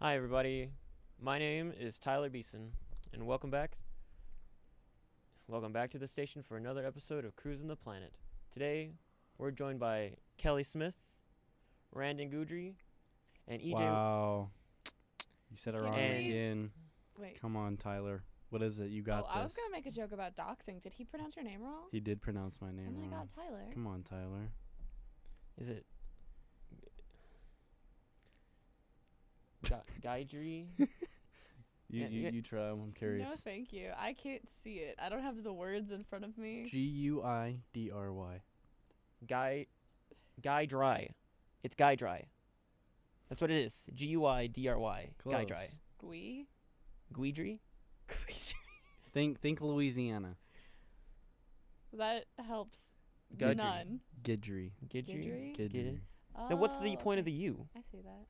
Hi, everybody. My name is Tyler Beeson, and welcome back. Welcome back to the station for another episode of Cruising the Planet. Today, we're joined by Kelly Smith, Randon Goudry, and E EJ. Wow. You said it Can wrong you please- again. Wait. Come on, Tyler. What is it? You got oh, this. I was gonna make a joke about doxing. Did he pronounce your name wrong? he did pronounce my name oh my wrong. god, Tyler. Come on, Tyler. Is it. Ga- Gaidry? You, Yeah, you, yeah. you try. I'm No, curious. thank you. I can't see it. I don't have the words in front of me. G U I D R Y. Guy. Guy Dry. It's Guy Dry. That's what it is. G U I D R Y. Guy Dry. Gui. Guidry? Think think Louisiana. that helps Gudgeon. none. Gidry. Gidry? Gidry? Gidry. Oh, Now, what's the point of the U? I see that.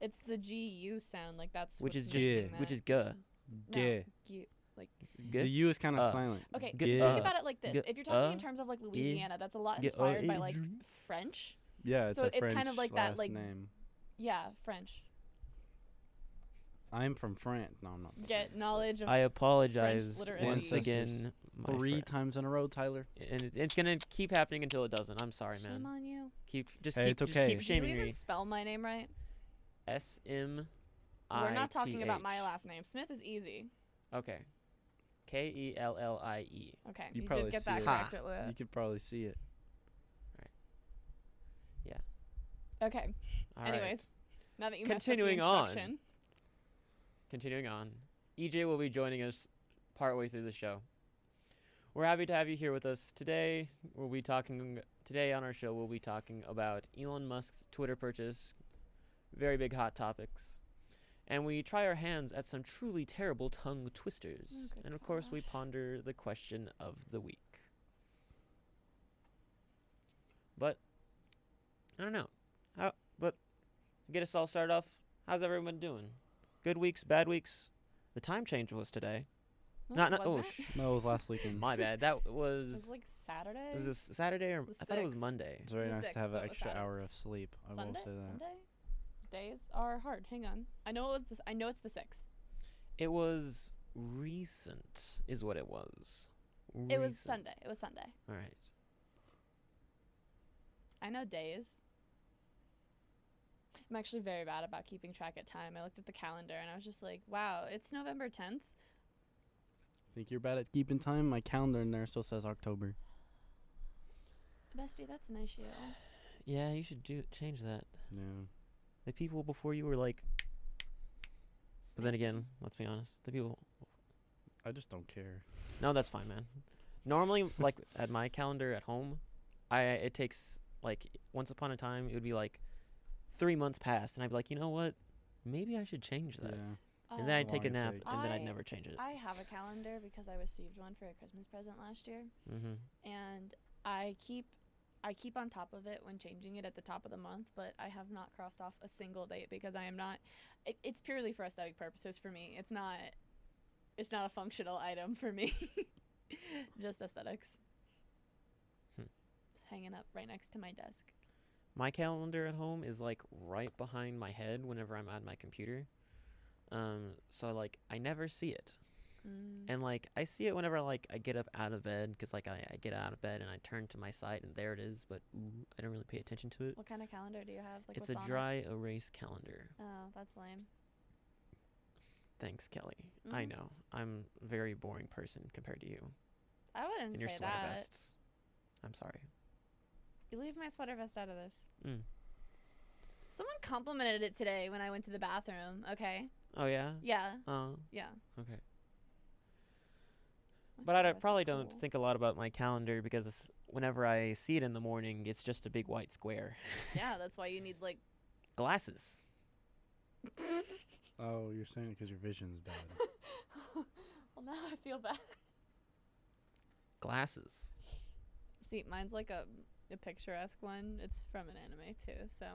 It's the G U sound, like that's Which what's is just- making Yeah. Which that. is guh. no, Gay. gu- Guh? The U is kind of Uh, silent. Okay, G- think uh, about it like this. g- if you're talking in uh, terms of like Louisiana, that's a lot g- uh, inspired by like idry. French. Yeah, it's so a it's French kind of like that, last like- name. Yeah, French. I'm from France. No, I'm not. from Get France. knowledge of I apologize literacy. once Ancestors. again, my Three friend. times in a row, Tyler. and it, it's gonna keep happening until it doesn't. I'm sorry, shame man. on you. Keep just Hey, keep it's just keep okay. Did you shaming even me. spell my name right? S M I. We're not talking about my T H. last name. Smith is easy. Okay. K E L L I E. Okay, You you, probably did get see that it. Ha. correct. Uh, At You the, could probably see it. okay. All right. Anyways, now that you Continuing continuing on. messed up the introduction, Continuing on, EJ will be joining us partway through the show. We're happy to have you here with us today. We'll be talking today on our show. We'll be talking about Elon Musk's Twitter purchase, very big hot topics, and we try our hands at some truly terrible tongue twisters. Oh, good and of course, we gosh. ponder the question of the week. But I don't know. How, but get us all started off. How's everyone doing? Good weeks, bad weeks. The time change was today. No, not, it not oh, wasn't. sh- No, it was last weekend. my bad. That was it was like Saturday. was this Saturday or The I thought it was sixth. Monday. It's very The nice sixth, to have so an it was extra Saturday. hour of sleep. I Sunday. will say that. Sunday. Days are hard. Hang on. I know it was this. I know it's the sixth. It was recent, is what it was. It Recent. was Sunday. It was Sunday. All right. I know days. I'm actually very bad about keeping track at time. I looked at the calendar and I was just like, "Wow, it's November 10th." Think you're bad at keeping time? My calendar in there still says October. Bestie, that's an issue. Yeah, you should do change that. No. The people before you were like, but then Snake. again, let's be honest. The people. I just don't care. No, that's fine, man. Normally, like at my calendar at home, I it takes like once upon a time it would be like three months past, and I'd be like, you know what? Maybe I should change that. Yeah. And then Uh, How I'd take a long it nap, takes. and then I'd I- never change it. I have a calendar because I received one for a Christmas present last year, mm-hmm. and I keep I keep on top of it when changing it at the top of the month, but I have not crossed off a single date because I am not. It, it's purely for aesthetic purposes for me. It's not. It's not a functional item for me. Just aesthetics. Hmm. It's hanging up right next to my desk. My calendar at home is like right behind my head whenever I'm at my computer. Um, so like I never see it, Mm. and like I see it whenever like I get up out of bed because like I, I get out of bed and I turn to my side and there it is, but ooh, I don't really pay attention to it. What kind of calendar do you have? Like it's what's a on it? dry erase calendar. Oh, that's lame. Thanks, Kelly. I Mhm. know I'm a very boring person compared to you I wouldn't and your say sweater that. vests. I'm sorry. You leave my sweater vest out of this. Mm. Someone complimented it today when I went to the bathroom. Okay. Oh yeah. Yeah. Oh Yeah. okay. My But I sweater don't- vest is probably don't cool. think a lot about my calendar because whenever I see it in the morning, it's just a big white square. Yeah, that's why you need like. Glasses. Oh, you're saying it because your vision's bad. well, now I feel bad. Glasses. See, mine's like a a picturesque one. It's from an anime too. So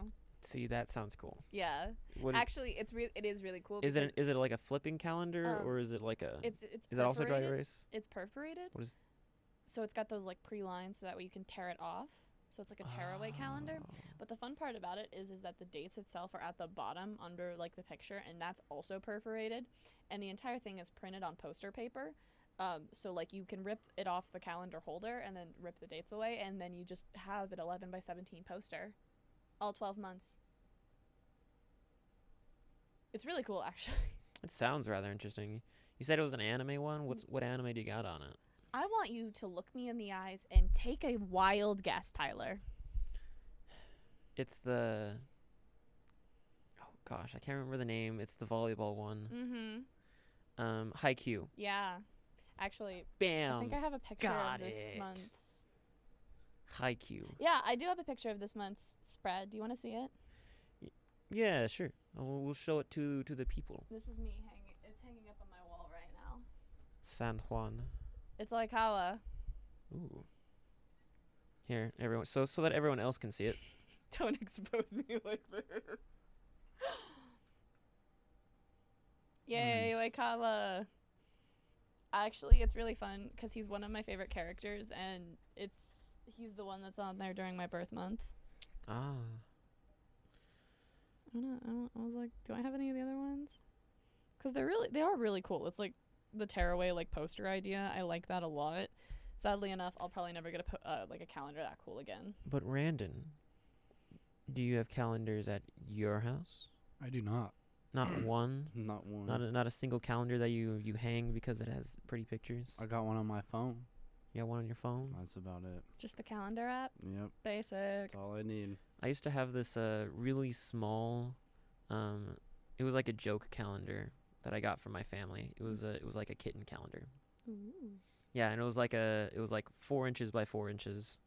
See, that sounds cool. yeah, What i- actually, it's re- it is really cool. is it? because an- Is it like a flipping calendar um, or is it like a? It's it's. is that also dry perforated. erase? It's perforated. What is- So it's got those like pre lines, so that way you can tear it off. So it's like a tearaway calendar. Oh, But the fun part about it is is that the dates itself are at the bottom under like the picture and that's also perforated and the entire thing is printed on poster paper. Um, so like you can rip it off the calendar holder and then rip the dates away and then you just have an 11 by 17 poster all 12 months. It's really cool actually. It sounds rather interesting. You said it was an anime one. What's what anime do you got on it? I want you to look me in the eyes and take a wild guess, Tyler. It's the oh gosh, I can't remember the name. It's the volleyball one. Mm-hmm. Um, Haikyuu. Yeah. Actually, I Bam. think I have a picture Um, got of this it. month's. Haikyuu. Yeah, I do have a picture of this month's spread. Do you want to see it? Yeah, sure. We'll we'll show it to to the people. This is me hanging. It's hanging up on my wall right now. San Juan. It's uh, Oikawa. Ooh. Here, everyone. So so that everyone else can see it. Don't expose me like this. Yay, Nice. Waikala. Actually, it's really fun because he's one of my favorite characters, and it's he's the one that's on there during my birth month. Ah. I, don't, I, don't, I was like, do I have any of the other ones? Because they're really they are really cool. It's like the tearaway like poster idea. I like that a lot. Sadly enough, I'll probably never get a po- uh, like a calendar that cool again. But Randon, do you have calendars at your house? I do not. Not one. Not one. Not a, not a single calendar that you you hang because it has pretty pictures. I got one on my phone. You got one on your phone. That's about it. Just the calendar app, Yep. basic. That's all I need. I used to have this uh really small, um, it was like a joke calendar that I got from my family. It was a it was like a kitten calendar. Ooh. Yeah, and it was like a it was like four inches by four inches.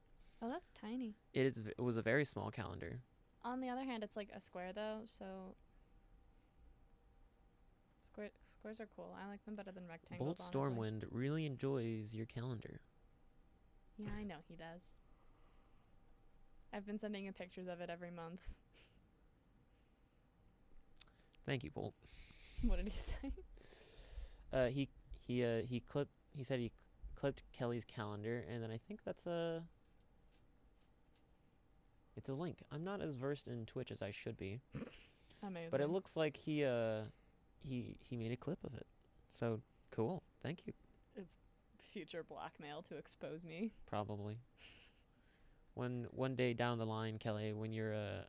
Oh, that's tiny. It is v- it was a very small calendar. On the other hand, it's like a square though, so square squares are cool. I like them better than rectangles. Bolt Stormwind really enjoys your calendar. Yeah, I know he does. I've been sending him pictures of it every month. Thank you, Bolt. What did he say? Uh, he he uh he clipped he said he clipped Kelly's calendar, and then I think that's a it's a link. I'm not as versed in Twitch as I should be, Amazing. but it looks like he uh he he made a clip of it. So cool. Thank you. it's future blackmail to expose me. Probably. When one day down the line, Kelly, when you're a,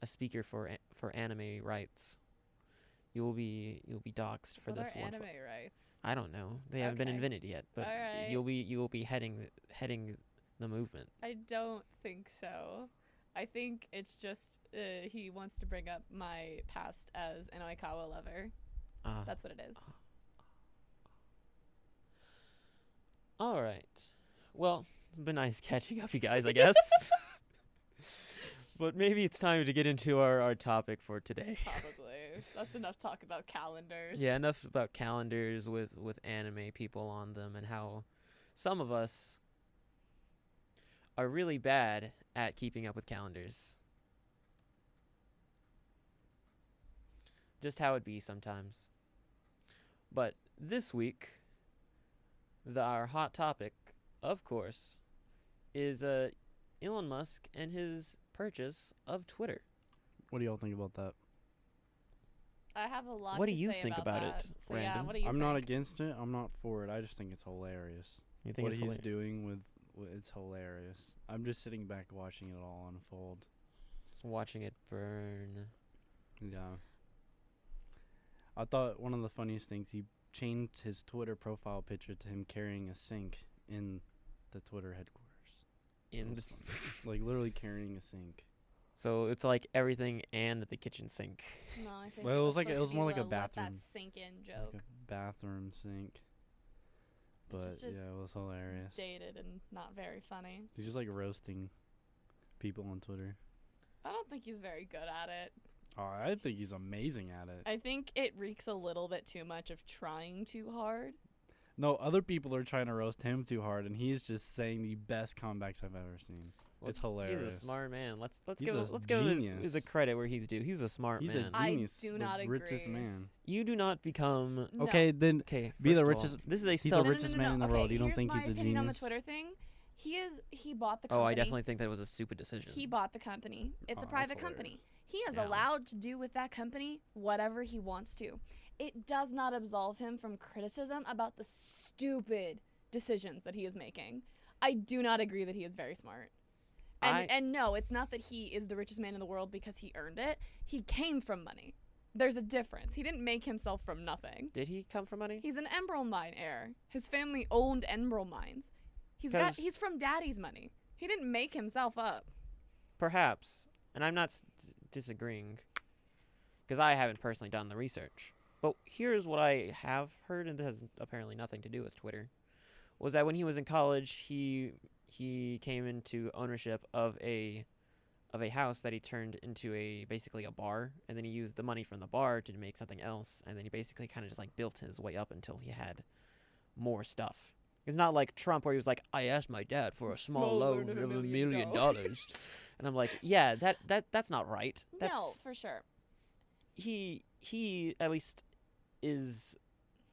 a speaker for a, for anime rights, you will be you'll be doxxed for what this are one. anime fo- rights? I don't know. They haven't been Okay. invented yet, but y- Alright. you'll be you will be heading th- heading the movement. I don't think so. I think it's just uh, he wants to bring up my past as an Oikawa lover. Ah. That's what it is. All right. Well, it's been nice catching up, you guys. I guess. but maybe it's time to get into our our topic for today. Probably. That's enough talk about calendars. Yeah, enough about calendars with with anime people on them and how some of us are really bad at keeping up with calendars. Just how it be sometimes. But this week, the, our hot topic, of course, is uh, Elon Musk and his purchase of Twitter. What do y'all think about that? I have a lot What to do you say think about, about that. it, So yeah, Brandon? what do you I'm think? not against it. I'm not for it. I just think it's hilarious. You what he's doing with wh- it's hilarious. I'm just sitting back watching it all unfold. Watching it burn. Yeah. I thought one of the funniest things he changed his Twitter profile picture to him carrying a sink in the Twitter headquarters. In the That's Like literally carrying a sink. So it's like everything and the kitchen sink. No, I think Well, it was like- it supposed was to be more like a the let that bathroom. sink in joke. Like a bathroom sink. Which But is just yeah, it was hilarious. dated and not very funny. He's just like roasting people on Twitter. I don't think he's very good at it. Oh, I think he's amazing at it. I think it reeks a little bit too much of trying too hard. No, other people are trying to roast him too hard, and he's just saying the best comebacks I've ever seen. Well, it's He's hilarious. a smart man. Let's let's He's give a him- let's give him his- his, genius. the credit where he's due. He's a smart He's man. a I genius. do the not richest agree. man. you do not become No. Okay, then okay. Be the first of all, richest- This is a he's the self. richest man in the okay, world. You don't here's think my he's a opinion on the genius? Twitter thing. He is. He bought the. Oh, Company. I definitely think that was a stupid decision. He bought the company. It's Oh, a that's private hilarious. company. He is Yeah. allowed to do with that company whatever he wants to. It does not absolve him from criticism about the stupid decisions that he is making. I do not agree that he is very smart. And, I- and no, it's not that he is the richest man in the world because he earned it. He came from money. There's a difference. He didn't make himself from nothing. Did he come from money? He's an emerald mine heir. His family owned emerald mines. He's got 'Cause- he's from daddy's money. He didn't make himself up. Perhaps. And I'm not s- dis- disagreeing because I haven't personally done the research. But here's what I have heard, and this has apparently nothing to do with Twitter, was that when he was in college, he he came into ownership of a of a house that he turned into a basically a bar, and then he used the money from the bar to make something else, and then he basically kind of just like built his way up until he had more stuff. It's not like Trump where he was like, "I asked my dad for a small Smaller loan than of a a million million dollars." dollars," and I'm like, "Yeah, that that that's not right. That's no, for sure. he he at least is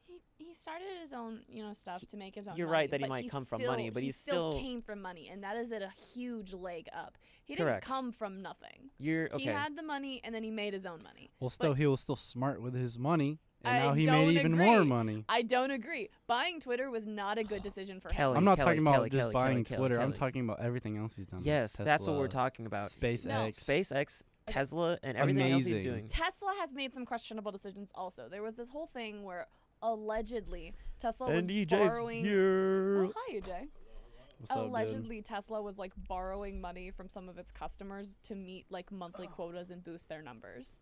He he started his own you know stuff to make his own. you're money, right that he but might come from money, still- but he he's still, still- came from money, and that is at a huge leg up. He Correct. didn't come from nothing. you're okay. He had the money, and then he made his own money. Well, still, he was still smart with his money, and I now he don't made even more agree. money. I don't agree. Buying Twitter was not a good decision for him. Kelly, I'm not Kelly, talking about Kelly, just Kelly, buying Kelly, Kelly, Twitter. I'm Kelly. talking about everything else he's done. like Yes, that's what we're Um, Tesla, talking about. SpaceX. SpaceX, Tesla, and everything else he's Amazing. doing. Tesla has made some questionable decisions. Also, there was this whole thing where allegedly Tesla was borrowing. Oh, hi, EJ. What's up, dude? Allegedly, Tesla was like borrowing money from some of its customers to meet like monthly quotas and boost their numbers.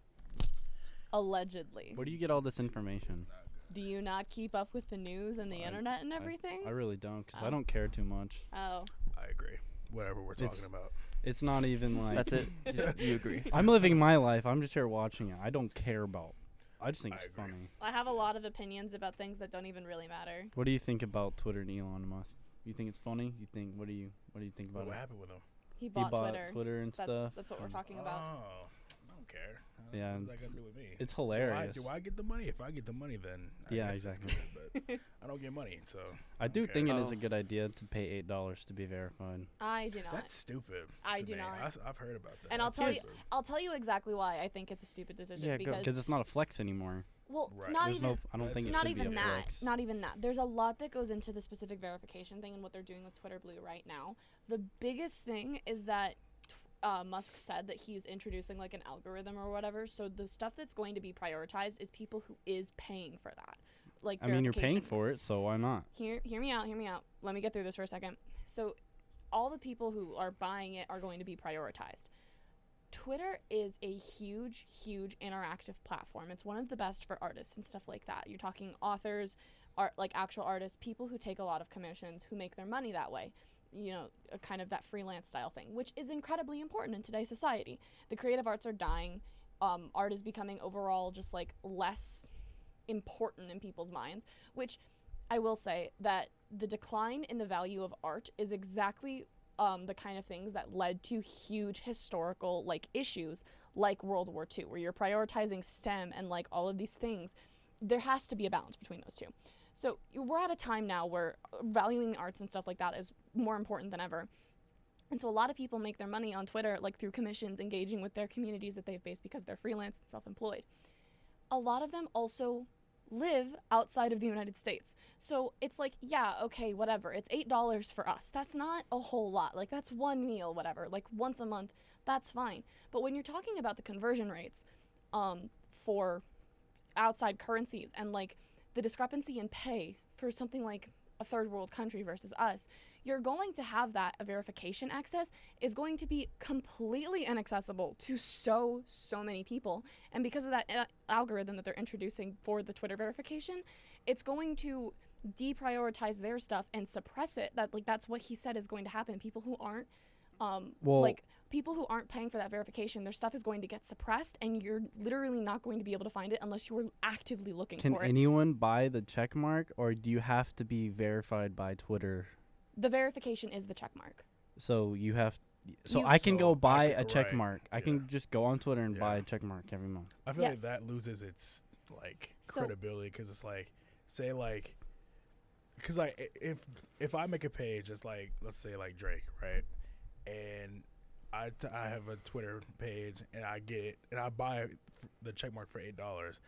Allegedly. Where do you get all this information? Do you not keep up with the news and the I- internet and I- everything? I really don't, because I Oh. don't care too much. oh, I agree. Whatever we're talking It's- about. It's not even like That's it. Just- you agree? I'm living my life. I'm just here watching it. I don't care about. I just think I it's agree. funny. I have a lot of opinions about things that don't even really matter. What do you think about Twitter and Elon Musk? You think it's funny? You think what do you what do you think about What it? happened with him? He He bought, Twitter. and That's stuff. that's what we're and talking about. Oh, I don't care. I don't- Yeah, What's that it's- got to do with me? It's Do I- hilarious. Do I get the money? If I get the money, then I Yeah, guess it's exactly. good, but I don't get money, so I do Okay. think it is Oh. a good idea to pay eight dollars to be verified. I do not. that's stupid. I to do me. not. I, have heard about that. And I'll That's tell you- stupid. I'll tell you exactly why I think it's a stupid decision Yeah, go. because Because it's not a flex anymore. well, Right. not There's even no. I don't think That's it not should even be a that flex. not even that there's a lot that goes into the specific verification thing and what they're doing with twitter blue right now the biggest thing is that tw- uh, musk said that he's introducing like an algorithm or whatever so the stuff that's going to be prioritized is people who is paying for that like I mean, you're paying verification for it, so why not? hear hear me out, hear me out. Let me get through this for a second. So all the people who are buying it are going to be prioritized. Twitter is a huge, huge interactive platform. It's one of the best for artists and stuff like that. You're talking authors, art like actual artists, people who take a lot of commissions, who make their money that way. You know, a kind of that freelance style thing, which is incredibly important in today's society. The creative arts are dying. Um, art is becoming overall just like less important in people's minds, which I will say that the decline in the value of art is exactly um, the kind of things that led to huge historical like issues like World War II, where you're prioritizing STEM and like all of these things. There has to be a balance between those two. So you- we're at a time now where uh, valuing the arts and stuff like that is more important than ever. And so a lot of people make their money on Twitter like through commissions, engaging with their communities that they've based because they're freelance and self-employed. A lot of them also live outside of the United States. So it's like, yeah, okay, whatever. It's $8 for us. That's not a whole lot. Like, that's one meal, whatever. Like, once a month, that's fine. But when you're talking about the conversion rates um, for outside currencies and like the discrepancy in pay for something like a third world country versus us, you're going to have that a verification access is going to be completely inaccessible to so, so many people. And because of that uh, algorithm that they're introducing for the Twitter verification, it's going to deprioritize their stuff and suppress it. That like that's what he said is going to happen. People who aren't um Well- like people who aren't paying for that verification, their stuff is going to get suppressed and you're literally not going to be able to find it unless you were actively looking Can for it. anyone buy the check mark, or do you have to be verified by Twitter? The verification is the check mark. So you have. So You- I can So I go buy could- a check right, mark. I yeah. can just go on Twitter and buy Yeah. a check mark every month. I feel Yes. like that loses its like So- credibility because it's like, say like, because like i- if if I make a page that's like let's say like Drake, right? And I, t- I have a Twitter page and I get it and I buy f- the checkmark for eight dollars.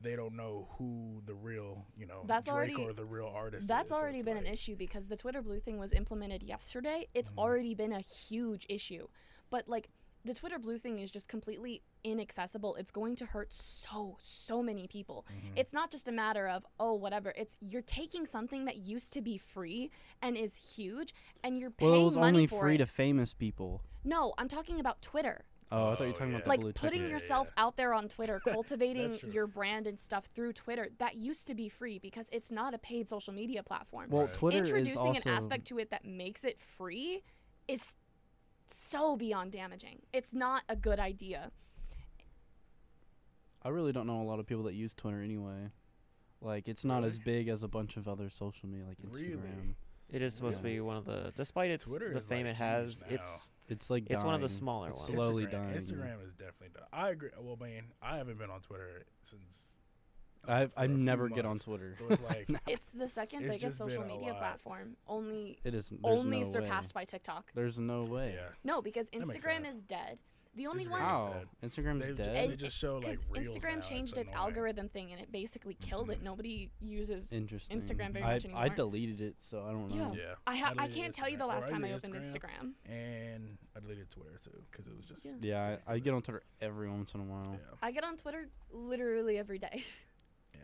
They don't know who the real you know That's Drake already- or the real artist. That's is, so already it's been an like- issue because the Twitter Blue thing was implemented yesterday. It's Mhm. already been a huge issue. But like the Twitter Blue thing is just completely inaccessible. It's going to hurt so, so many people. Mhm. It's not just a matter of, oh, whatever. It's you're taking something that used to be free and is huge and you're paying Well, it was money only for free it. to famous people. no, I'm talking about Twitter. Oh, I thought you were Oh, talking yeah. about the like blue check putting Yeah, mark. yourself out there on Twitter, cultivating true. your brand and stuff through Twitter. That used to be free because it's not a paid social media platform. Well, Right. Twitter is Introducing also an aspect to it that makes it free is so beyond damaging. It's not a good idea. I really don't know a lot of people that use Twitter anyway. Like it's not as big as a bunch of other social media like Instagram. Really? It is supposed to Yeah. be one of the, despite its Twitter the is, fame like, it has, huge it's now. It's like it's one of the dying. smaller It's ones. slowly Instagram, dying, yeah. Instagram is definitely done. I agree. Well, man, I haven't been on Twitter since. uh, I for I a few never get on months. Twitter. So it's like It's the second It's biggest just been social a media lot. platform, only It is only no surpassed Way. by TikTok. There's no way. yeah. No, because makes Instagram sense. is dead. The only Instagram one How? Instagram's They, dead. they And just show like because reels now. Instagram It's changed its annoying. algorithm thing and it basically killed it. Mm-hmm. Mhm. Nobody uses Interesting. very I, much I anymore. deleted it, so I don't Yeah. know. Yeah. I ha- I deleted can't tell you the Instagram. Or last I time I deleted opened Instagram. and I deleted Twitter too because it was just Yeah. Yeah, I, I get ridiculous. on Twitter every once in a while. Yeah, I get on Twitter literally every day. yeah.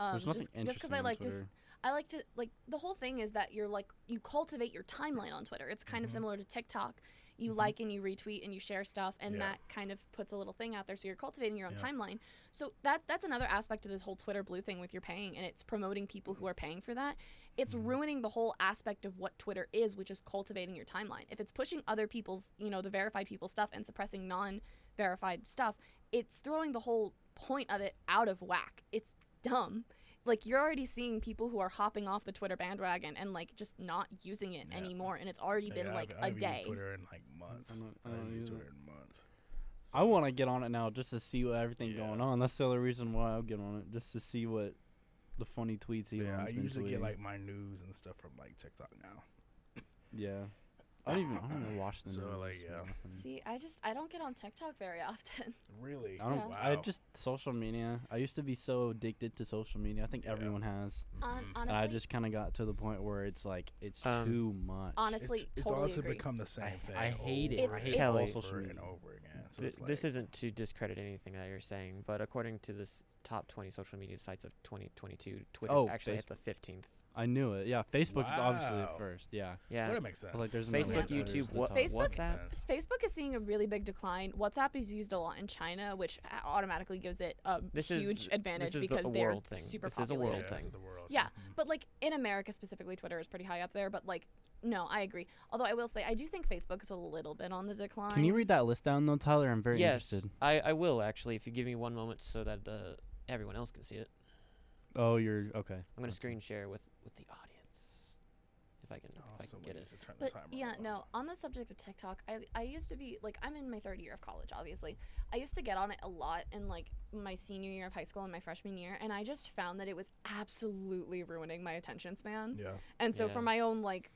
Um, There's nothing just, just interesting because I on like to, s- Twitter. I like to like the whole thing is that you're like you cultivate your timeline on Twitter. It's kind of Mhm. similar to TikTok. You Mhm. like and you retweet and you share stuff, and Yeah. that kind of puts a little thing out there. So you're cultivating your own Yeah. timeline. So that that's another aspect of this whole Twitter blue thing with your paying, and it's promoting people who are paying for that. It's Mhm. ruining the whole aspect of what Twitter is, which is cultivating your timeline. If it's pushing other people's, you know, the verified people stuff and suppressing non-verified stuff, it's throwing the whole point of it out of whack. It's dumb like you're already seeing people who are hopping off the Twitter bandwagon and like just not using it Yeah. anymore, and it's already been Yeah, like I've, a I've day. Used Twitter in like months. I don't- I haven't don't used either. Twitter in months. I want to get on it now just to see what everything Yeah. going on. That's the other reason why I'll get on it, just to see what the funny tweets Elon's Yeah, I been usually get tweeting. like my news and stuff from like TikTok now. Yeah. I don't even I don't even watch the So, news like, or yeah. nothing. See, I just I don't get on TikTok very often. Really? I don't Yeah. I Wow. just social media. I used to be so addicted to social media. I think Yeah. everyone has. Hon- Mhm. honestly, I just kind of got to the point where it's like it's Um, too much. It's, honestly it's totally also agree. become the same thing. I hate it. It's- over I and hate Kelly. social over and media. over again. So Th- it's like, this isn't to discredit anything that you're saying, but according to this top 20 social media sites of 2022, Twitter's Oh, actually at Facebook. the 15th. I knew it. Yeah, Facebook is obviously Wow. at first. Yeah, Yeah. Well, that makes sense. like there's no Facebook, way that is YouTube, the what, top. Facebook- WhatsApp. Facebook is seeing a really big decline. WhatsApp is used a lot in China, which a- automatically gives it a This is- huge this advantage is the- because the they're world thing. super This is a popular. world yeah, thing. The world. Yeah, Mhm. But like in America specifically, Twitter is pretty high up there. But like, no, I agree. Although I will say, I do think Facebook is a little bit on the decline. Can you read that list down though, Tyler? I'm very yes, interested. I, I will actually, if you give me one moment so that the, everyone else can see it. Oh, you're okay. I'm going Okay. to screen share with, with the audience. If I can, Oh, if I so can we get need it. to turn the But timer yeah, off. no. On the subject of TikTok, I I used to be like I'm in my third year of college, obviously. I used to get on it a lot in like my senior year of high school and my freshman year, and I just found that it was absolutely ruining my attention span. Yeah. And so Yeah. for my own like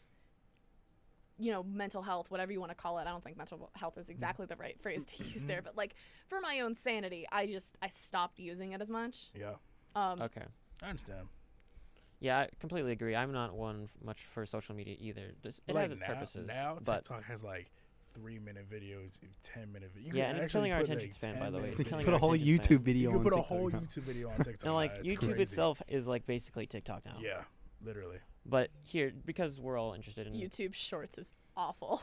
you know, mental health, whatever you want to call it. I don't think mental health is exactly the right phrase to use Mm-hmm. there, but like for my own sanity, I just I stopped using it as much. Yeah. Um Okay. I understand. Yeah, I completely agree. I'm not one f- much for social media either. This, it has But, like, its now, purposes, Now but TikTok has like three minute videos, if ten minute videos. Yeah, and it's killing our attention span, by the way. It's killing put a our whole attention span. YouTube You video. can on put a TikTok whole now. YouTube video on TikTok. no, like now, it's YouTube crazy. itself is like basically TikTok now. Yeah, literally. But here, because we're all interested in YouTube Shorts is awful.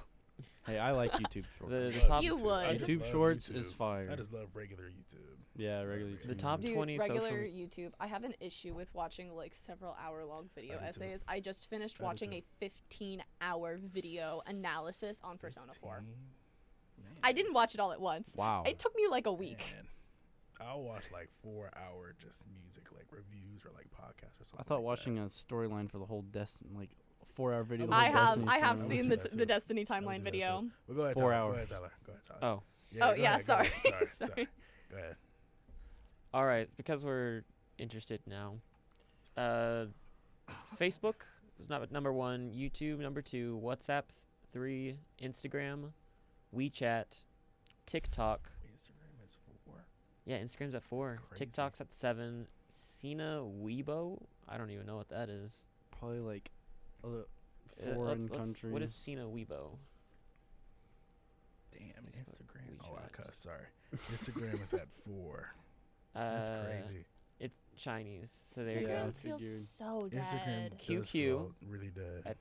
Hey, I like YouTube Shorts. The- Love top- You YouTube. would. I just YouTube love Shorts YouTube. is fire. I just love regular YouTube. yeah, just regular. love YouTube it. The is top amazing. Dude, 20 social- regular YouTube. I have an issue with watching like several hour long video I do too. essays. I just finished I do watching too. a 15 hour video analysis on Persona 4. 15? Man, I didn't watch it all at once. Wow. It took me like a week. man. I'll watch like four hour just music like reviews or like podcasts or something. I thought like watching a storyline for the whole Destiny, like four hour video. of the I whole have Destiny I have show. would seen do the, that t- too. the Destiny would timeline do that video. too. That. Well, go ahead, Four Tyler. hours. Go ahead, Tyler. Go ahead, Tyler. Oh, Oh, go yeah, ahead, go ahead. sorry. Sorry. Sorry. Go ahead. all right. Because we're interested now, uh, Facebook is not number one. YouTube number two. WhatsApp th- three. Instagram, WeChat, TikTok. Instagram is four. Yeah, Instagram's at four. crazy. TikTok's at seven. Sina Weibo. I don't even know what that is. Probably like other Uh, let's- foreign let's- countries. What is Sina Weibo? Damn, Facebook, Instagram. Oh, I WeChat. cussed. Sorry. Instagram is at four. Uh, That's crazy. It's Chinese. So there you Yeah, go. Instagram feels figured. so dead. Instagram does QQ. feel really dead. At-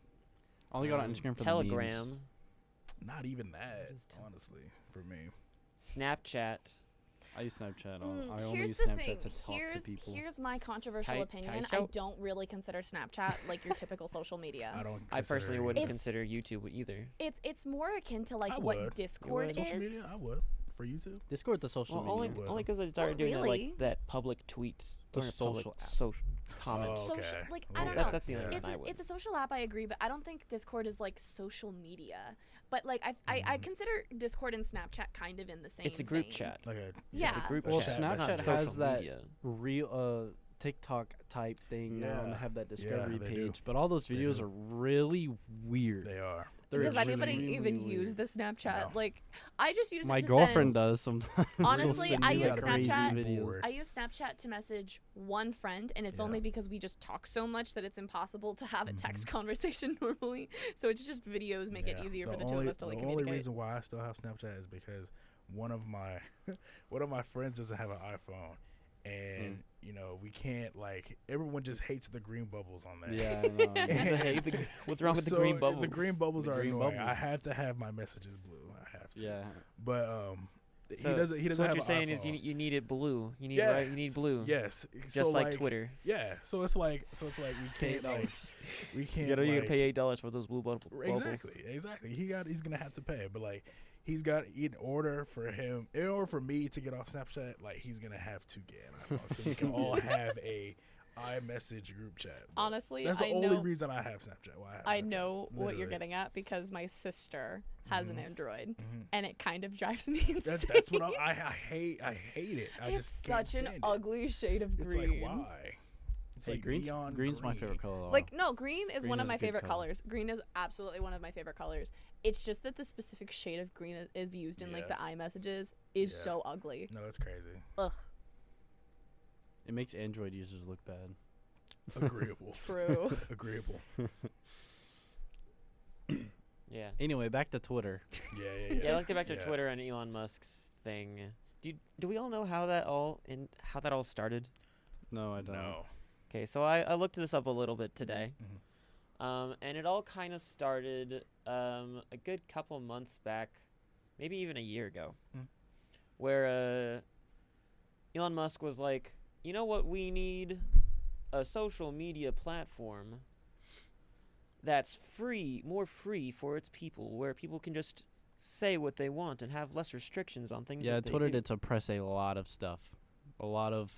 I only got Um, on Instagram for The memes. Telegram, Not even that, Just tell- honestly, for me. Snapchat. I use Snapchat. Mm, On, I only here's use the Snapchat thing. to talk here's to people. here's my controversial Kai- opinion. I Kaisho? don't really consider Snapchat like your typical social media. I don't. Uh, I personally consider it- wouldn't It's- consider YouTube either. It's it's more akin to like I would. You what Discord would. is. Social media, I would for you too. Discord, the social Well, only media. Well. only because I started doing that really. like that public tweet, The or public social app. social comments. Oh, Social- okay. like, I don't know. That's- that's the only Yeah. reason It's I a, would. it's a social app, I agree, but I don't think Discord is like social media. But like I, I, I Mhm. consider Discord and Snapchat kind of in the same. Mm-hmm. It's a group vein. chat. Like a Yeah. It's a group a Well, chat. It's not but Snapchat social. has social that- media. Real uh, TikTok type thing now, and Yeah. they have that discovery they do. page. But all those They videos do. are really weird. They are. They're Does really, anybody really even weird. use the Snapchat? No. Like I just use My it to girlfriend Send, does sometimes. Honestly, She'll I send me, like, use crazy Snapchat- videos. Bored. I use Snapchat to message one friend, and it's Yeah. only because we just talk so much that it's impossible to have a Mhm. text conversation normally. So it's just videos make it Yeah. easier for the two only- of us to like the communicate. only reason why I still have Snapchat is because one of my one of my friends doesn't have an iPhone, and Mm. you know we can't like everyone just hates the green bubbles on there. Yeah, I know. The hey, the- what's wrong with the So, uh, green bubbles? The green bubbles The are green annoying. bubbles. I have to have my messages blue. I have to. yeah. But um, th- So- he doesn't. He doesn't so what have you're an saying is you, iPhone. ne- you need it blue. You need Yes, right. You need blue. Yes. Just so, like, Twitter. Yeah. So it's like. So it's like we can't. Like, we can't. You know you like- gonna pay eight dollars for those blue bubble- bubbles. Exactly, exactly. He got. He's gonna have to pay, but like, he's got in order for him, in order for me to get off Snapchat, like he's gonna have to get an iPhone so we can all have a iMessage group chat. But Honestly, that's the I only know reason I have Snapchat. Why I, have I Snapchat, know what you're literally. getting at because my sister has an Mhm. Android, Mhm. and it kind of drives me insane. That's that's what I'm, I, I hate. I hate it. I it's just can't such an stand it. ugly shade of It's green. like why? It's Hey, like green's, neon green's my green. favorite color. though. Like, no, green is Green one of is my a good favorite color. colors. Green is absolutely one of my favorite colors. It's just that the specific shade of green that is used in like the Yeah. iMessages is Yeah. so ugly. No, it's crazy. Ugh, it makes Android users look bad. Agreeable. true. Agreeable. Yeah. Anyway, back to Twitter. Yeah, yeah, yeah. Yeah. Let's get back to Yeah. Twitter and Elon Musk's thing. Do you, do we all know how that all and how that all started? No, I don't. No. Okay, so I, I looked this up a little bit today. Mhm. Um, and it all kind of started um, a good couple months back, maybe even a year ago, Mm. where uh, Elon Musk was like, you know what, we need a social media platform that's free, more free for its people, where people can just say what they want and have less restrictions on things. Yeah, that they Twitter do." did suppress a lot of stuff, a lot of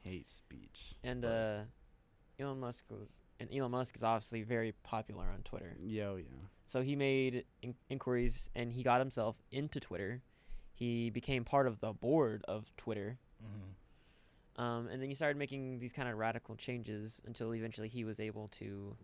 hate speech. And but- uh, Elon Musk was, and Elon Musk is obviously very popular on Twitter. Yeah, oh yeah. So he made in- inquiries and he got himself into Twitter. He became part of the board of Twitter. Mhm. Um, and then he started making these kind of radical changes until eventually he was able to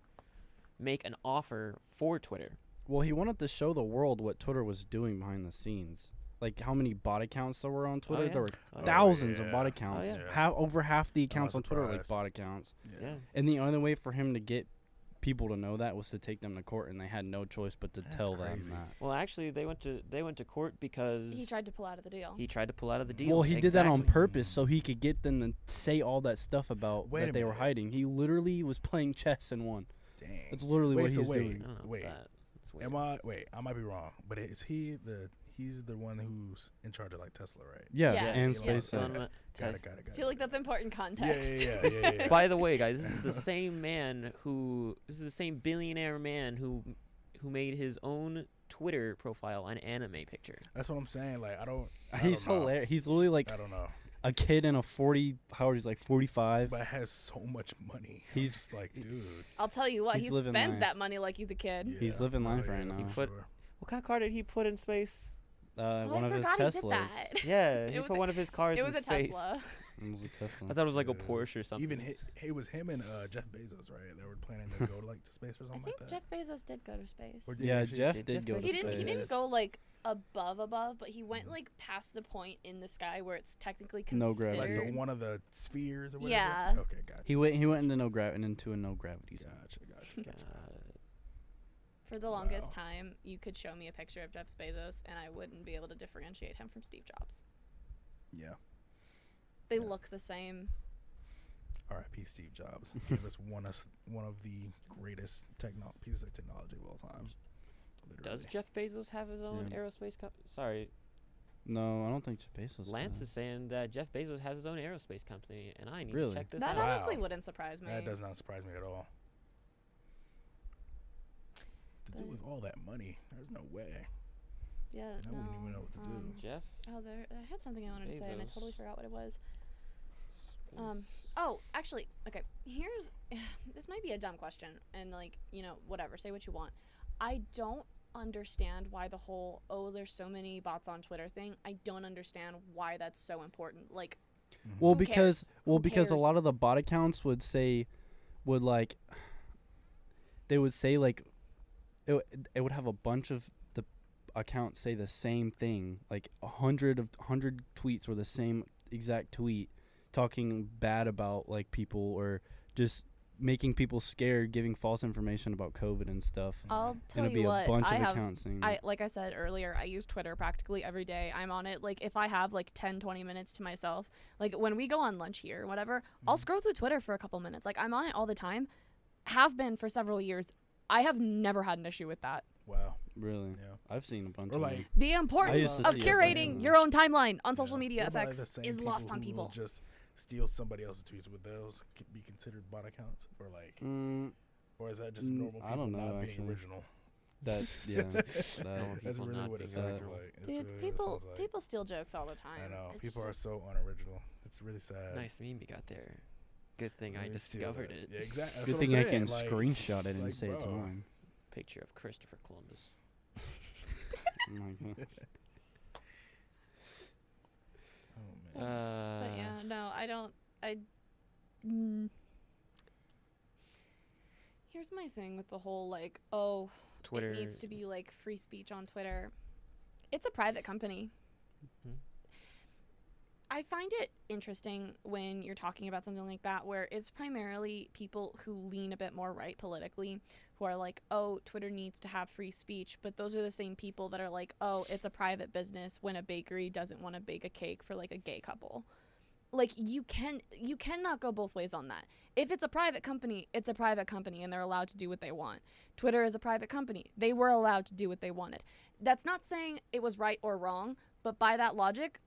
make an offer for Twitter. Well, he wanted to show the world what Twitter was doing behind the scenes, like how many bot accounts there were on Twitter. yeah. There were Oh, thousands yeah. of bot Oh, accounts. yeah. Yeah. Half over half the accounts on not Twitter are like surprised. bot accounts. Yeah. And the only way for him to get people to know that was to take them to court, and they had no choice but to That's tell crazy. them that. Well, actually, they went to they went to court because he tried to pull out of the deal. he tried to pull out of the deal. Well, he did that on Exactly. purpose so he could get them to say all that stuff about Wait a that they were minute. hiding. He literally was playing chess and won. Dang. That's literally Wait, what he so was wait. doing. I don't know Wait. Wait, that. It's weird. Am I wait? I might be wrong, but is he the he's the one who's in charge of like Tesla, right? Yeah, Yes. and Elon SpaceX. Musk. Elon Mu- Got Tes- it, got it, got I it. feel like that's important yeah, yeah, context. yeah, yeah, yeah, yeah. By the way, guys, this is the same man who this is the same billionaire man who who made his own Twitter profile an anime picture. That's what I'm saying. Like I don't. I He's don't know. hilarious. He's literally like I don't know, a kid in a forty. How old he's like forty five. but has so much money. He's- He's just like, dude. I'll tell you what, He's he living spends life. that money like he's a kid. Yeah. He's living life right now. for But- sure. What kind of car did he put in space? Uh, Oh, one I of his forgot he did Teslas. that. Yeah, he was put a- one of his cars it was in a space. Oh Tesla. It was a Tesla. I thought it was like a Dude. Porsche or something. Even hi- it was him and uh, Jeff Bezos, right? They were planning to go like to space or I something think like that. Jeff Bezos did go to space. Or did he yeah, actually- Jeff Did Jeff did, go to Bezos He didn't. He didn't space. Uh, go like above above, but he went Mhm. like past the point in the sky where it's technically No considered. gravity. like the Weird. one of the spheres or whatever. Yeah. Okay, gotcha. He went. He went into no gravity and into a no gravity zone. Gotcha, gotcha. Got it. For the longest Wow. time, you could show me a picture of Jeff Bezos, and I wouldn't be able to differentiate him from Steve Jobs. Yeah. They Yeah. look the same. R.I.P. Steve Jobs. He was one of one of the greatest techno- pieces of technology of all time. Does Literally. Jeff Bezos have his own Yeah. aerospace company? Sorry, No, I don't think Jeff Bezos. Lance did. is saying that Jeff Bezos has his own aerospace company, and I need Really? to check this That out. Wow. honestly wouldn't surprise me. That does not surprise me at all. To do But- with all that money, there's no way. Yeah. I no. wouldn't even know what to do. um, Jeff. Oh, there. I had something I wanted to say, and I totally Bezos. forgot what it was. Um. Oh, actually, okay. Here's this might be a dumb question, and like you know, whatever. Say what you want. I don't understand why the whole oh, there's so many bots on Twitter thing. I don't understand why that's so important. Like, Well, Who cares? because well, Who because a lot cares? of the bot accounts would say, would like, they would say like, it w- it would have a bunch of the accounts say the same thing, like a hundred of hundred tweets were the same exact tweet, talking bad about like people or just making people scared, giving false information about COVID and stuff. I'll and tell it'd be you what. a bunch I of have accounts saying I that. like I said earlier, I use Twitter practically every day. I'm on it like if I have like 10 20 minutes to myself, like when we go on lunch here, whatever, Mm-hmm. I'll scroll through Twitter for a couple minutes. Like I'm on it all the time. Have been for several years. I have never had an issue with that. Wow. really. Yeah. I've seen a bunch Or of like them. The I importance used to of see it sometimes. curating your own timeline on social Yeah. media What about, like, the effects same is lost on who people. will Just steal somebody else's tweets. Would those c- be considered bot accounts, or like, Mm, or is that just Mm, normal people I don't know, not being actually. original? that's yeah. that, Normal That's people really not what it being sounds original. like. It's really Dude, what it people sounds like. people steal jokes all the time. I know It's people are just- so unoriginal. It's really sad. nice meme you got there. Good thing I They steal discovered that. it. Yeah, exactly. That's Good what I'm thing I saying, can like- screenshot it and like, say it's bro. mine. Picture of Christopher Columbus. Oh my God. Uh, Oh man. But yeah, no, I don't. I. Mm. Here's my thing with the whole like, oh, Twitter. it needs to be like free speech on Twitter. It's a private company. Mhm. I find it interesting when you're talking about something like that, where it's primarily people who lean a bit more right politically who are like, oh, Twitter needs to have free speech. But those are the same people that are like, oh, it's a private business when a bakery doesn't want to bake a cake for like a gay couple. Like you can you cannot go both ways on that. If it's a private company, it's a private company and they're allowed to do what they want. Twitter is a private company. They were allowed to do what they wanted. That's not saying it was right or wrong, but by that logic,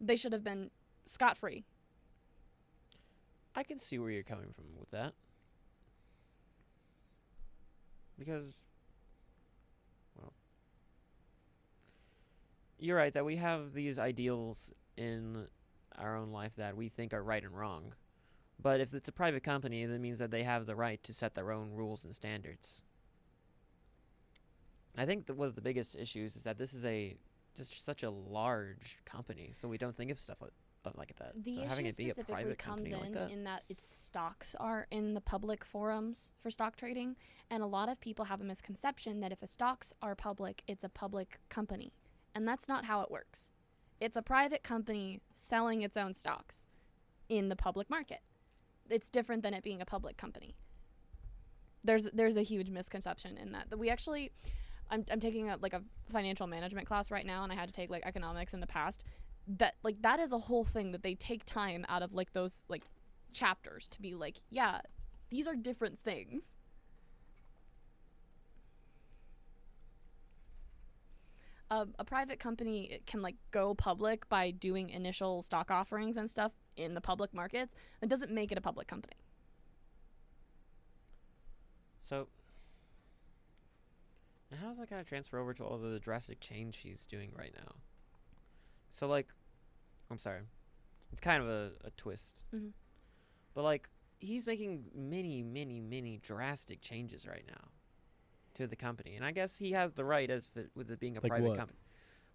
they should have been scot free. I can see where you're coming from with that. Because, well, you're right that we have these ideals in our own life that we think are right and wrong. But if it's a private company, that means that they have the right to set their own rules and standards. I think that one of the biggest issues is that this is a just such a large company, so we don't think of stuff like, of like that. The so having issue it be a specifically private comes company in like that. in that its stocks are in the public forums for stock trading, and a lot of people have a misconception that if its stocks are public, it's a public company, and that's not how it works. It's a private company selling its own stocks in the public market. It's different than it being a public company. There's there's a huge misconception in that. That we actually, I'm I'm taking a, like a financial management class right now, and I had to take like economics in the past that like that is a whole thing that they take time out of like those like chapters to be like yeah these are different things a, Um, a private company it can like go public by doing initial stock offerings and stuff in the public markets that doesn't make it a public company So, and how does that kind of transfer over to all the drastic change she's doing right now? So, like, I'm sorry, it's kind of a, a twist. Mhm. But, like, he's making many, many, many drastic changes right now to the company. And I guess he has the right as fit with it being a Like private what? company.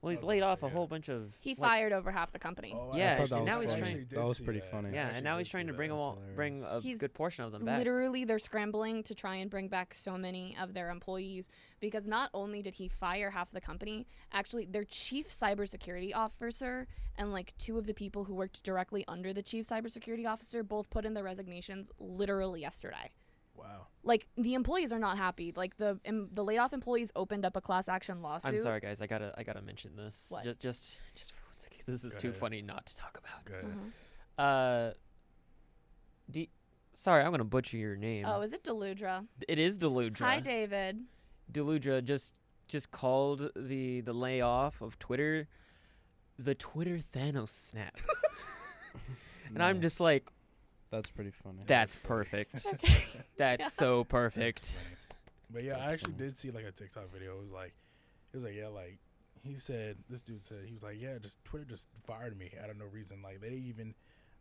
Well, he's I was laid gonna off a say, Oh, yeah. whole bunch of. He like- fired over half the company. Oh, Yeah, I actually, thought that now was he's funny. trying- I actually that did was see pretty that. funny. I Yeah, actually and now did he's see trying to that. bring them all, hilarious. bring a He's good portion of them back. Literally, they're scrambling to try and bring back so many of their employees because not only did he fire half the company, actually, their chief cybersecurity officer and like two of the people who worked directly under the chief cybersecurity officer both put in their resignations literally yesterday. Wow. Like the employees are not happy. Like the em the laid off employees opened up a class action lawsuit. I'm sorry, guys. I gotta, I gotta mention this. What? Just, just, just for one second. This is Go too ahead. funny not to talk about. Good. Uh-huh. Uh, D. Sorry, I'm gonna butcher your name. Oh, is it Deludra? it is Deludra. Hi, David. Deludra just just called the the layoff of Twitter the Twitter Thanos snap. and I'm just like, that's pretty funny. that's perfect. That's so perfect. But yeah, I That's actually funny. did see like a TikTok video. It was like, it was like yeah, like he said this dude said he was like yeah, just Twitter just fired me out of no reason. Like they didn't even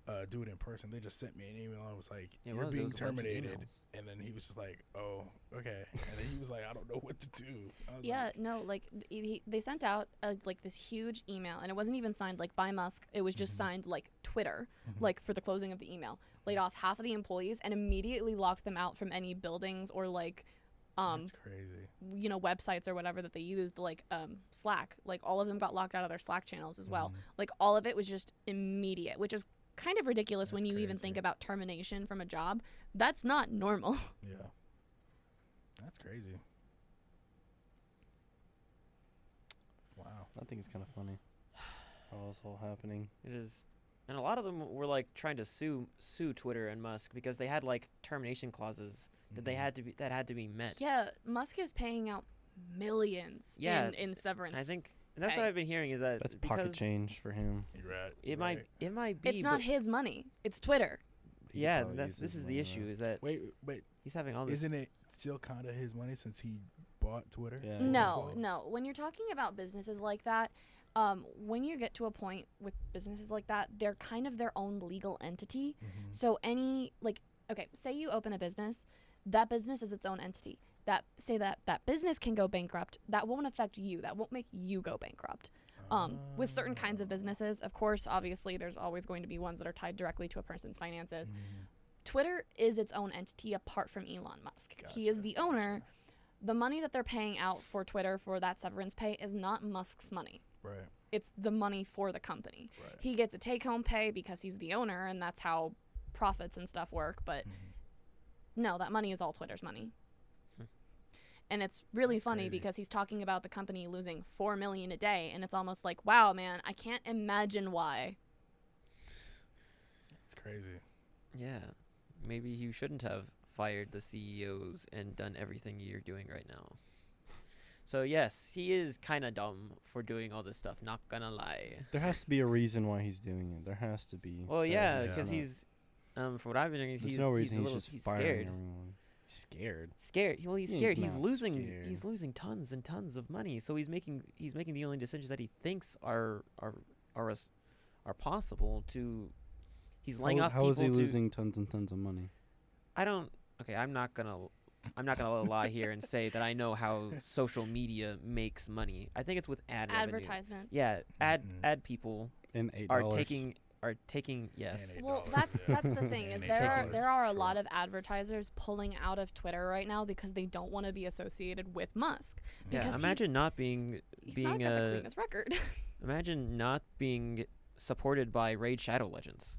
uh, do it in person. They just sent me an email. I was like, It you're was- it being was a bunch of terminated. emails. And then he was just like, oh okay. And then he was like, I don't know what to do. I was Yeah, like, no, like th- he, they sent out a, like this huge email, and it wasn't even signed like by Musk. It was just Mhm. signed like Twitter, Mhm. like for the closing of the email. Laid off half of the employees and immediately locked them out from any buildings or like, um, that's crazy. you know, websites or whatever that they used, like um, Slack. Like all of them got locked out of their Slack channels as Mm-hmm. Mm-hmm. well. Like all of it was just immediate, which is kind of ridiculous when That's you even think crazy. about termination from a job. That's not normal. Yeah, that's crazy. Wow. I think it's kind of funny. All this all happening. It is. And a lot of them were like trying to sue sue Twitter and Musk because they had like termination clauses that they Mhm. had to be that had to be met. Yeah, Musk is paying out millions Yeah, in, in severance. And I think and that's what Hey. I've been hearing is that That's because pocket change for him. You're right. it you're might right. it might be it's not but- his money. It's Twitter. He could yeah, probably uh, that's use this his is money the on issue is that Wait, wait. he's having all this Isn't it still kind of his money since he bought Twitter? Yeah. quote No, unquote? no. When you're talking about businesses like that, um, when you get to a point with businesses like that, they're kind of their own legal entity. Mhm. So any like okay, say you open a business, that business is its own entity. That say that that business can go bankrupt. That won't affect you. That won't make you go bankrupt. Um, with certain kinds of businesses, of course, obviously, there's always going to be ones that are tied directly to a person's finances. Mhm. Twitter is its own entity apart from Elon Musk. He is Gotcha, the owner. The money that they're paying out for Twitter for that severance pay is not Musk's money. Right, It's the money for the company. right. He gets a take home pay because he's the owner and that's how profits and stuff work, but Mhm. no, that money is all Twitter's money. Hmm. And it's really funny crazy. because he's talking about the company losing 4 million a day and it's almost like, wow, man, I can't imagine why. It's crazy. Yeah. Maybe you shouldn't have fired the CEOs and done everything you're doing right now. So yes, he is kind of dumb for doing all this stuff, not gonna lie. There has to be a reason why he's doing it. There has to be. Well, There- yeah, yeah. there's because not- he's um from what I've been hearing, he's There's no he's reason a little just he's firing scared. everyone. He's scared. Scared. Well, he's He's scared. He's not losing scared. he's losing tons and tons of money. So he's making he's making the only decisions that he thinks are are are as- are possible to he's laying how off how people is he to losing tons and tons of money? I don't. Okay, I'm not gonna. I'm not gonna lie here and say that I know how social media makes money. I think it's with ad revenue. Advertisements. Yeah, ad Mhm. ad people In eight are Mm-hmm. dollars. taking are taking yes. eight Well, dollars, that's yeah. that's the thing is And there eight are dollars, there are a sure. lot of advertisers pulling out of Twitter right now because they don't want to be associated with Musk. Because Yeah, he's- imagine not being He's not being got the uh, cleanest record. imagine not being supported by Raid Shadow Legends.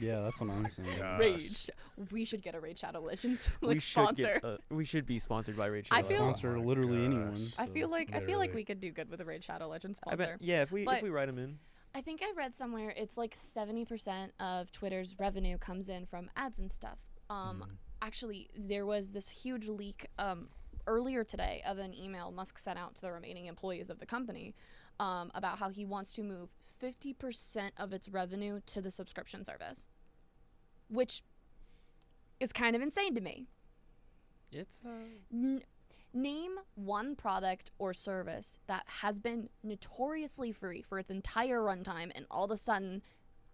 Yeah, that's what I'm saying. God. Rage. We should get a Raid Shadow Legends like we should sponsor. get. uh, we should be sponsored by Raid I Shadow. feel- Legends. Sponsor Oh my literally anyone. gosh. I feel so- like I feel like Literally. we could do good with a Raid Shadow Legends I sponsor. bet, yeah, if we if But- we write them in. I think I read somewhere it's like 70% of Twitter's revenue comes in from ads and stuff. Um, Actually, there was this huge leak um, earlier today of an email Musk sent out to the remaining employees of the company um, about how he wants to move 50% of its revenue to the subscription service, which is kind of insane to me. It's uh, N- name one product or service that has been notoriously free for its entire runtime, and all of a sudden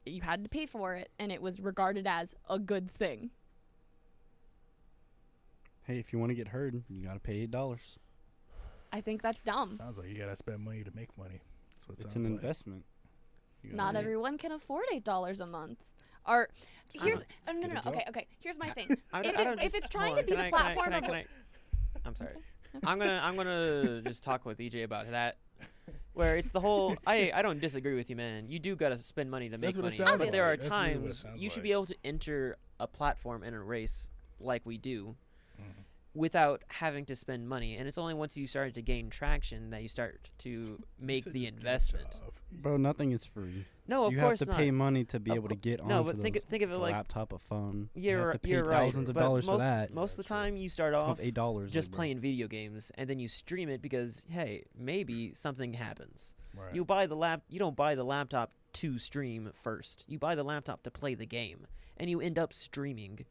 you had to pay for it, and it was regarded as a good thing. hey, if you want to get heard, you gotta pay eight dollars. I think that's dumb. Sounds like you gotta spend money to make money. That's It's Sounds an like- investment. You gotta Not make- everyone can afford eight dollars a month. Or Just here's not oh, no get no no a okay job. okay here's my thing. I If don't, I it- don't if just- it's hold trying on, to be can the I- can I- platform can I- of can I- I'm sorry. I'm gonna I'm gonna just talk with EJ about that. Where it's the whole I I don't disagree with you, man. You do gotta spend money to make That's what it money, sounds but there are like. That's really what it times sounds you should like. be able to enter a platform and a race like we do, Mhm. without having to spend money. And it's only once you start to gain traction that you start to make said the just get a investment. job. Bro, nothing is free. No, Oh, of you have course to not. pay money to be Of able to cour- get no, onto but think those- of- think of it the like laptop, a phone. you're you have to pay you're right. thousands of but dollars most, for that. Most of the That's true. time, you start off Of eight dollars. just like, bro. playing video games, and then you stream it because hey, maybe something happens. Right. You buy the lap. You don't buy the laptop to stream first. You buy the laptop to play the game, and you end up streaming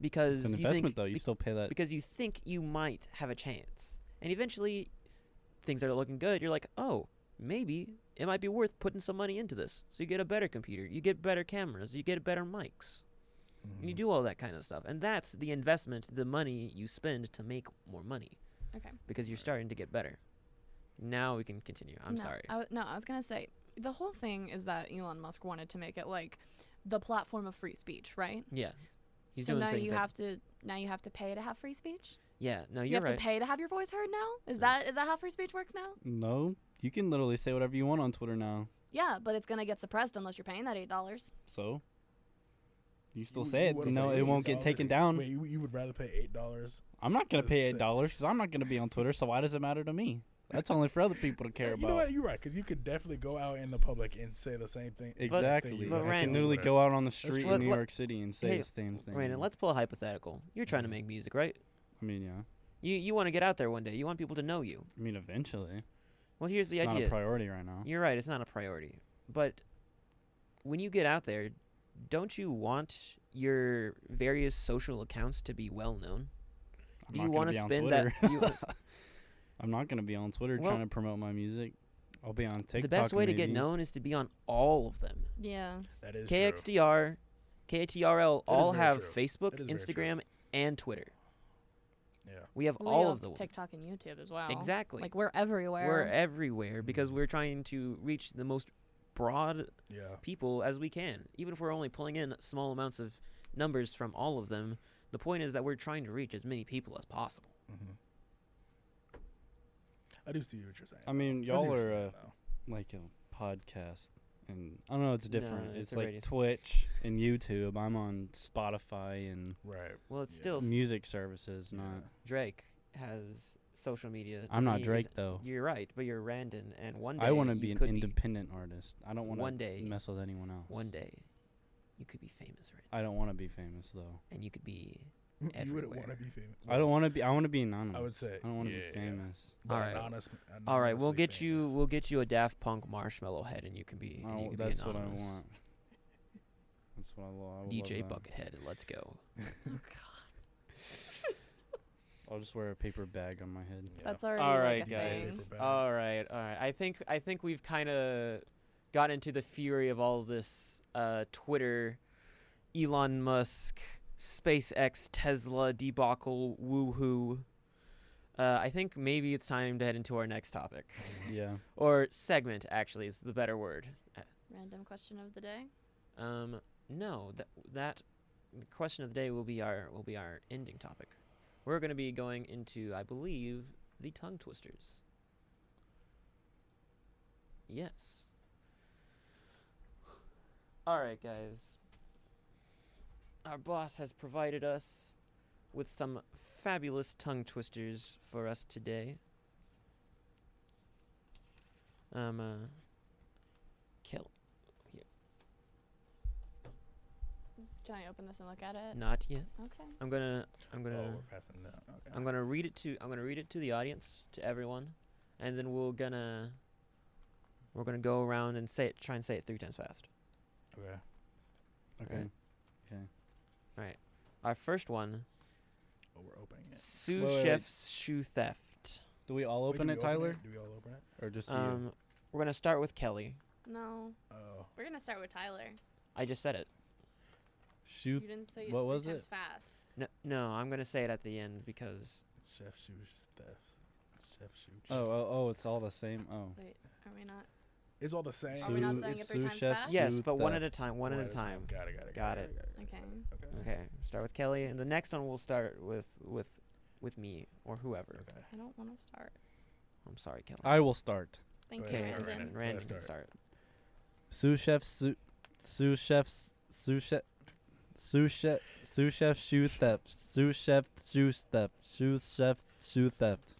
because It's an you investment, think though. You bec- still pay that. because you think you might have a chance, and eventually, things are looking good. You're like, oh, maybe it might be worth putting some money into this. So you get a better computer, you get better cameras, you get better mics. And Mm-hmm. You Mhm. do all that kind of stuff. And that's the investment, the money you spend to make more money Okay. because you're starting to get better. Now we can continue. I'm no, sorry. I w- no, I was gonna say the whole thing is that Elon Musk wanted to make it like the platform of free speech, right? yeah. He's so doing now things you that- have to now you have to pay to have free speech. Yeah, no, You you're have right. to pay to have your voice heard now. Is Yeah. that is that how free speech works now? no, you can literally say whatever you want on Twitter now. Yeah, but it's gonna get suppressed unless you're paying that eight dollars. So you still You- say you it. would've You know, paid it won't get $8. taken down. Wait, you, you would rather pay eight dollars? I'm not gonna to pay say- eight dollars because I'm not gonna be on Twitter. So why does it matter to me? That's only for other people to care You about. know what? You're right, because you could definitely go out in the public and say the same thing. thing Exactly. you But would I say Rand- can on literally Twitter. go out on the street let- in New let- York City and say hey, the same thing. Mm-hmm. Brandon, let's pull a hypothetical. You're trying to make music, right? I mean, yeah. You you want to get out there one day. You want people to know you. I mean, eventually. Well, here's the it's not idea. a priority right now. You're right. It's not a priority. But when you get out there, don't you want your various social accounts to be well known? I'm Do not you gonna want to be on spend Twitter. that? You, I'm not gonna be on Twitter Well- trying to promote my music. I'll be on TikTok. the best way to get maybe. known is to be on all of them. Yeah. That is true. KXDR, KTRL That is all very have true. Facebook, That is very Instagram, and Twitter. Yeah. We have Well, we all have of the TikTok and YouTube as well. Exactly. Like we're everywhere. We're everywhere because we're trying to reach the most broad Yeah. people as we can. Even if we're only pulling in small amounts of numbers from all of them, the point is that we're trying to reach as many people as possible. hmm I do see what you're saying. I mean, though. I see y'all what are you're uh, saying, though. like a podcast, and I don't know. It's different. No, it's it's a like radio- Twitch and YouTube. I'm on Spotify and right. Well, it's Yeah. still music services. Not. Drake has social media. I'm not Disney is- Drake though. You're right, but you're Randon, and one day I want to you be an could independent artist. I don't One want to day- mess with anyone else. One day, you could be famous, Randon, I don't want to be famous though. and you could be you wouldn't want everywhere. to be famous. I don't want to be. I want to be anonymous. I would say. I don't want to yeah, be famous. Yeah. All All right. right. Anonymous, All right, we'll anonymously get you. famous. We'll get you a Daft Punk marshmallow head, and you can be. and I you w- can Oh, that's be what I anonymous. want. That's what I love. I would love DJ that. Buckethead, and let's go. I'll just wear a paper bag on my head. Yeah. Oh, That's already e-, All like right, a guys. thing. Paper bag. All right, all right. I think I think we've kind of got into the fury of all this uh, Twitter, Elon Musk, SpaceX, Tesla debacle. Woohoo! Uh, I think maybe it's time to head into our next topic Yeah. or segment. Actually, is the better word. Random question of the day. Um, no, that that the question of the day will be our will be our ending topic. We're going to be going into, I believe, the tongue twisters. Yes. All right, guys. Our boss has provided us with some fabulous tongue twisters for us today. Um, uh, Kel- Can I open this and look at it? not yet. Okay. I'm gonna I'm Oh, gonna we're passing it down. Okay. I'm gonna read it to I'm gonna read it to the audience to everyone, and then we're gonna we're gonna go around and say it try and say it three times fast. okay. Okay. Alright. Okay. Our first one: Oh, we're opening it. sous Wait, wait, wait. chef's shoe theft. Do we all Wait, do open we it, Tyler, Do we all open it? or just you? Um, we're gonna start with Kelly. No, Oh. we're gonna start with Tyler. I just said it. You Shoot. didn't say what three was times it? fast. No, no, I'm gonna say it at the end because Chef shoes theft. Chef shoes. uh, Oh, oh, oh! It's all the same. Oh, Wait, are we not? It's all the same. Are we not Sous- saying it three sous times chef fast? Yes, sous but one at chef. a time. One at a time. Got it. Got it. Got it. Okay. Okay. Okay. Start with Kelly, and the next one we'll start with with with me or whoever. Okay. I don't want to start. I'm sorry, Kelly. I will start. Thank Okay, you, Okay, start, Brandon. Brandon. Randon Yeah, can start. start. Sous chef, sous, sous chef, sous chef, sous chef, sous chef, shoe theft, sous chef, shoe theft, sous chef, shoe theft,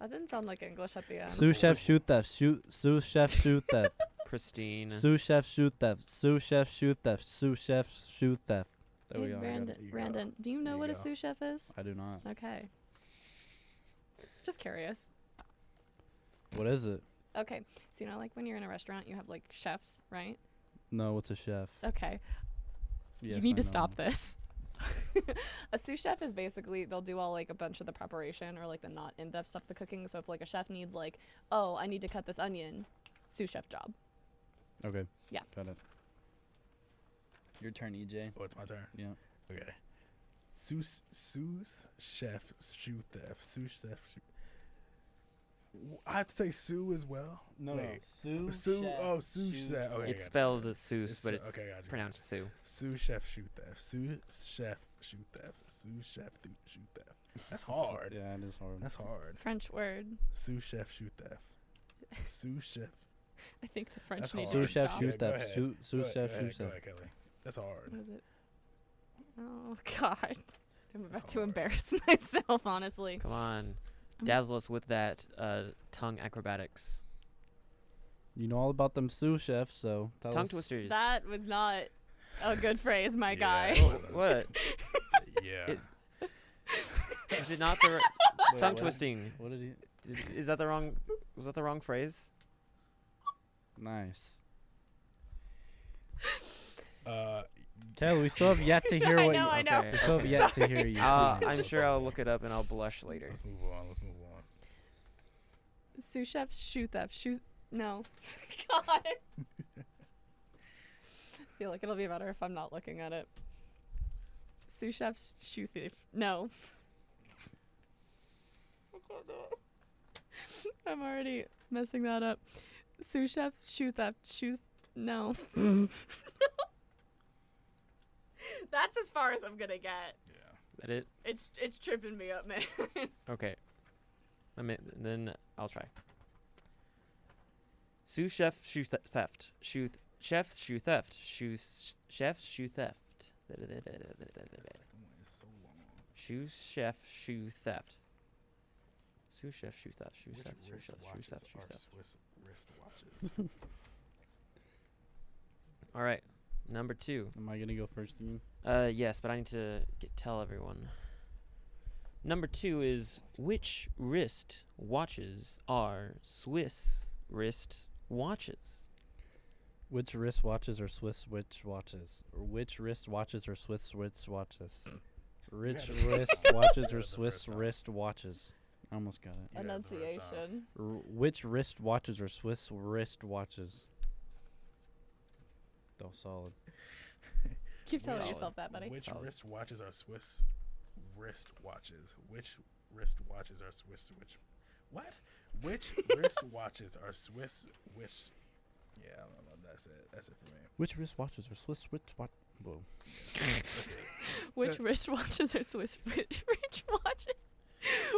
That didn't sound like English at the end. sous chef, shoe theft, shoe, sous chef, shoe theft, Pristine. sous chef, shoe theft, sous chef, shoe theft, sous chef, shoe theft. There we Hey, go. I got Brandon, it. You got it. Brandon, do you know There you what a go. sous chef is? I do not. Okay. Just curious. What is it? Okay. So you know like when you're in a restaurant, you have like chefs, right? No, what's a chef? Okay. Uh, you Yes, need I to stop know. this. a sous chef is basically they'll do all like a bunch of the preparation or like the not in-depth stuff, the cooking. So if like a chef needs like, oh, I need to cut this onion, sous chef job. Okay. Yeah. Got it. Your turn, E EJ. Oh, it's my turn. Yeah. Okay. Sous sous chef shoe theft sous chef. shoe- I have to say Sue as well. Wait. no. Sous- oh, sous chef. Okay, It's got it. spelled Seuss, It's, but uh, it's okay, gotcha, gotcha. pronounced Sue. Sous chef shoe theft sous chef shoe theft sous chef th- shoe theft. That's hard. Yeah, it is hard. That's hard. French word. Sous chef shoe theft. Sous chef. I think the French That's need hard. Sous to chef, stop. shoe- shoe Yeah, go theft, ahead. shoe- Go sous ahead- chef, go shoe ahead- go theft. ahead, Kelly. That's hard. What is it? Oh God. I'm about to hard. embarrass myself, honestly. Come on, I'm- dazzle us with that uh, tongue acrobatics, You know all about them sous chefs, so tell tongue us- twisters. That was not a good phrase, my Yeah. guy. Oh, what? Yeah. It- Is it not the r- Wait, tongue what? twisting? What did he? Did- Is that the wrong? Was that the wrong phrase? Nice. Uh, Kelly, we still have yet to hear I what. know, you, I know. Ah, We still have okay. yet to hear you. Uh, do. I'm sure I'll look it up and I'll blush later. let's move on. Let's move on. Sous chef, shoot up, shoot. No. God. I feel like it'll be better if I'm not looking at it. Sous chef, shoe thief. No. I can't do it. I'm already messing that up. Sous chef, shoe theft, shoe. No. That's as far as I'm gonna get. Yeah. That it? It's it's tripping me up, man. Okay. Let me. Then I'll try. Sous chef shoe th- theft. Shoe th- chef's shoe theft. Shoe s- chef's shoe theft. The second one is so long. Shoe chef shoe theft. Sous chef shoe theft. Shoe Which theft. Shoe theft. Shoe wristwatches theft. Shoe are theft. Swiss wristwatches? All right. Number two. Am I gonna go first again? Uh, yes, but I need to get, tell everyone. Number two is which wrist watches are Swiss wrist watches? Which wrist watches are Swiss witch watches? Or which wrist watches are Swiss wrist watches? Rich the first wrist time. watches You or had the first Swiss time. wrist watches? I almost got it. You got it the first time. Enunciation. R- which wrist watches are Swiss wrist watches? Oh, solid. Keep telling Solid. yourself that, buddy. Which Solid. wrist watches are Swiss wrist watches? Which wrist watches are Swiss which what? Which wrist watches are Swiss which Yeah, I don't know. That's it. That's it for me. Which wrist watches are Swiss wrist watch? Whoa. Which wrist watches are Swiss rich, rich watches?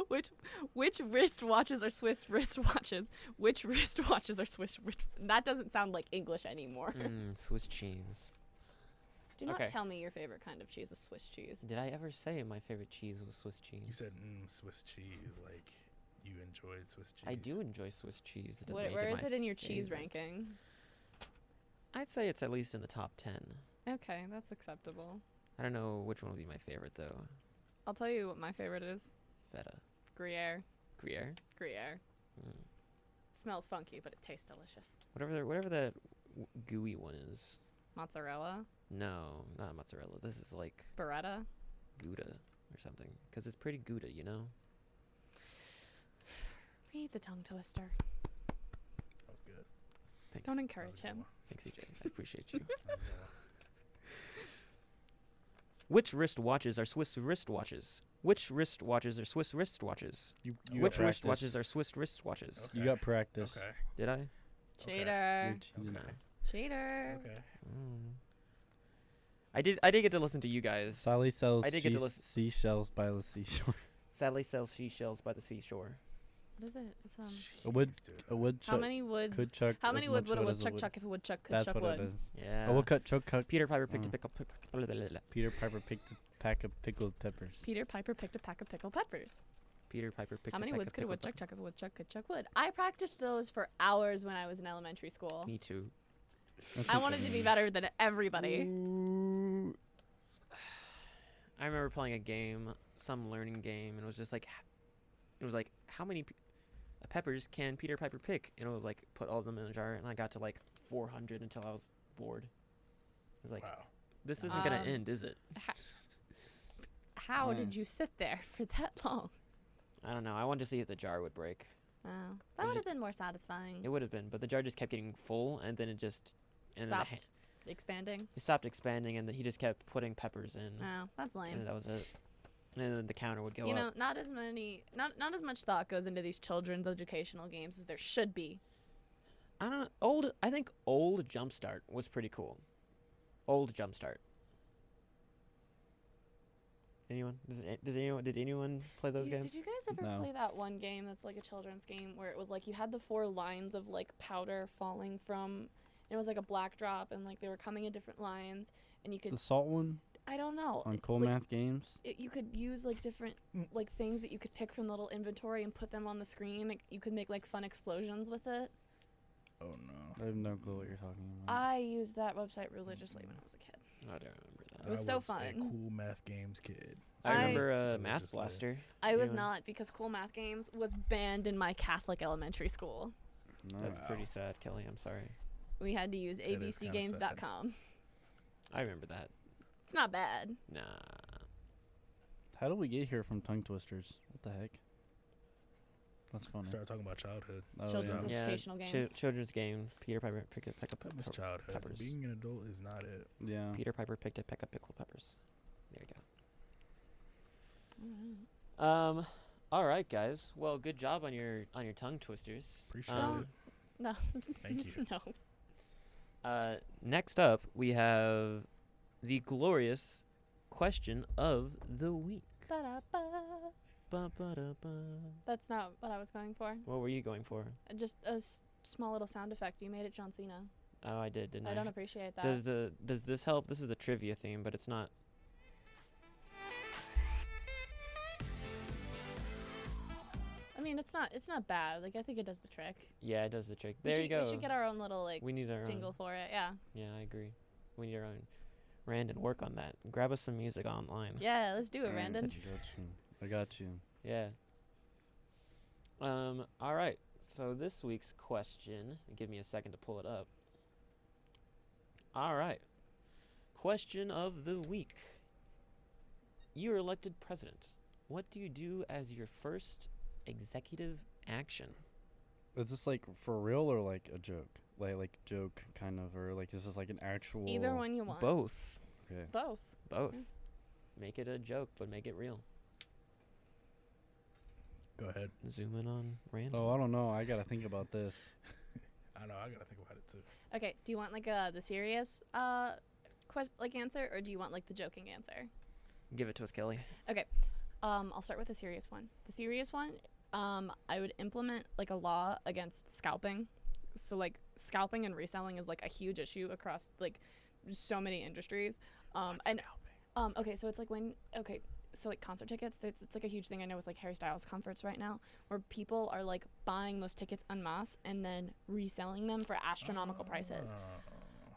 Which which wrist watches are Swiss wrist watches? Which wrist watches are Swiss rich? That doesn't sound like English anymore. Mm, Swiss cheese. Do not Okay. tell me your favorite kind of cheese is Swiss cheese. Did I ever say my favorite cheese was Swiss cheese? You said mm, Swiss cheese like you enjoyed Swiss cheese. I do enjoy Swiss cheese. That doesn't Where, make where it is my it in your cheese favorite. ranking? I'd say it's at least in the top ten. Okay, that's acceptable. I don't know which one would be my favorite though. I'll tell you what my favorite is: Feta, Gruyere. Gruyere, Gruyere mm. smells funky, but it tastes delicious. whatever, the, whatever that w- gooey one is. Mozzarella, No, not mozzarella. This is like Beretta. Gouda or something. 'Cause it's pretty Gouda, you know? Read the tongue twister. That was good. Thanks. Don't That was encourage a good him. one. Thanks, EJ. I appreciate you. That was a good one. Which wrist watches are Swiss wrist watches? Which wrist watches are Swiss wrist watches? You, you Which got wrist watches are Swiss wrist watches? Okay. You got practice. Okay. Did I? Okay. Cheater. Your team. Okay. Cheater. Okay. Mm. I did. I did get to listen to you guys. Sally sells I did get to sheesh- listen- seashells by the seashore. Sadly, sells seashells by the seashore. What is it? It's, um, A wood- Jeez, dude. A woodchuck. how many woods? could chuck how as many woods much would a wood as woodchuck wood- chuck if a woodchuck could That's chuck what wood? it is. Yeah. A woodchuck chuck chuck. Peter Piper picked a Mm. pickle. Blah, blah, blah, blah. Peter Piper picked a pack of pickled peppers. Peter Piper picked a pack of pickled peppers. Peter Piper picked. How a many peck woods of could a pickled woodchuck pep- chuck if a woodchuck could chuck wood? I practiced those for hours when I was in elementary school. Me too. That's I what wanted that to be means. better than everybody. Ooh. I remember playing a game, some learning game, and it was just like, h- it was like, how many p- peppers can Peter Piper pick? And it was like, put all of them in a jar, and I got to like 400 until I was bored. I was like, Wow. this isn't gonna Um, end, is it? How did you Nice. sit there for that long? I don't know. I wanted to see if the jar would break. Oh, It that would just- have been more satisfying. It would have been, but the jar just kept getting full, and then it just and then the ha- Stopped expanding. it stopped expanding, and then he just kept putting peppers in, Oh, that's lame. and that was it. And then the counter would go you up. know, not as many, not not as much thought goes into these children's educational games as there should be. I don't know. Old, I think old Jumpstart was pretty cool. Old Jumpstart. Anyone? Does, a- does anyone? Did anyone play those Dude, games? Did you guys ever No. play that one game that's like a children's game where it was like you had the four lines of like powder falling from it was like a black drop and like they were coming in different lines and you could The salt one I don't know. on it- Cold like, Math Games. it- you could use like different Mm. like things that you could pick from the little inventory and put them on the screen. Like, you could make like fun explosions with it. Mm. Oh no. I have no clue what you're talking about. I used that website religiously when I was a kid. I don't remember that. It was I so A fun. cool math games kid. I, I- remember uh, was Math just there. Blaster. I was Yeah. not because cool math games was banned in my Catholic elementary school. No. That's Wow. pretty sad, Kelly. I'm sorry. We had to use is kinda sad. abcgames.com. I remember that. It's not bad. Nah. How do we get here from tongue twisters? What the heck? That's funny. Started talking about childhood. Oh, Children's yeah. Yeah. educational chi- games. children's game. Peter Piper picked a peck of I miss peppers. childhood. peppers. Being an adult is not it. yeah. Peter Piper picked a peck of pickled peppers. There you Mm. go. Um. All right, guys. Well, good job on your on your tongue twisters. Appreciate Um, it. Oh. No. Thank you. no. Uh, next up, we have the glorious question of the week. Ba-da-ba. Ba, ba, da, ba. That's not what I was going for. What were you going for? Uh, Just a s- small little sound effect. You made it John Cena. Oh, I did, didn't I? I don't appreciate that. does the does this help? This is the trivia theme, but it's not. I mean, it's not it's not bad. Like I think it does the trick. Yeah, it does the trick. We There should, you go. We should get our own little like We need our jingle own. for it. Yeah. Yeah, I agree. We need our own. Rand and work on that. Grab us some music online. Yeah, let's do it, Alright, Randon. I got you. I got you. Yeah. Um. All right. So this week's question. Give me a second to pull it up. All right. Question of the week. You are elected president. What do you do as your first executive action? Is this like for real or like a joke? Like like joke kind of or like is this like an actual Either one you want. Both. Okay. Both. Both. Make it a joke, but make it real. Go ahead. Zoom in on Rand. Oh, I don't know. I gotta think about this. I know. I gotta think about it too. Okay, do you want like uh the serious uh quest- like answer or do you want like the joking answer? Give it to us, Kelly. Um, I'll start with the serious one. The serious one, um, I would implement like a law against scalping. So like scalping and reselling is like a huge issue across like so many industries. Um, and um, okay, so it's like when okay, so like concert tickets, it's, it's like a huge thing I know with like Harry Styles concerts right now, where people are like buying those tickets en masse and then reselling them for astronomical Uh, prices.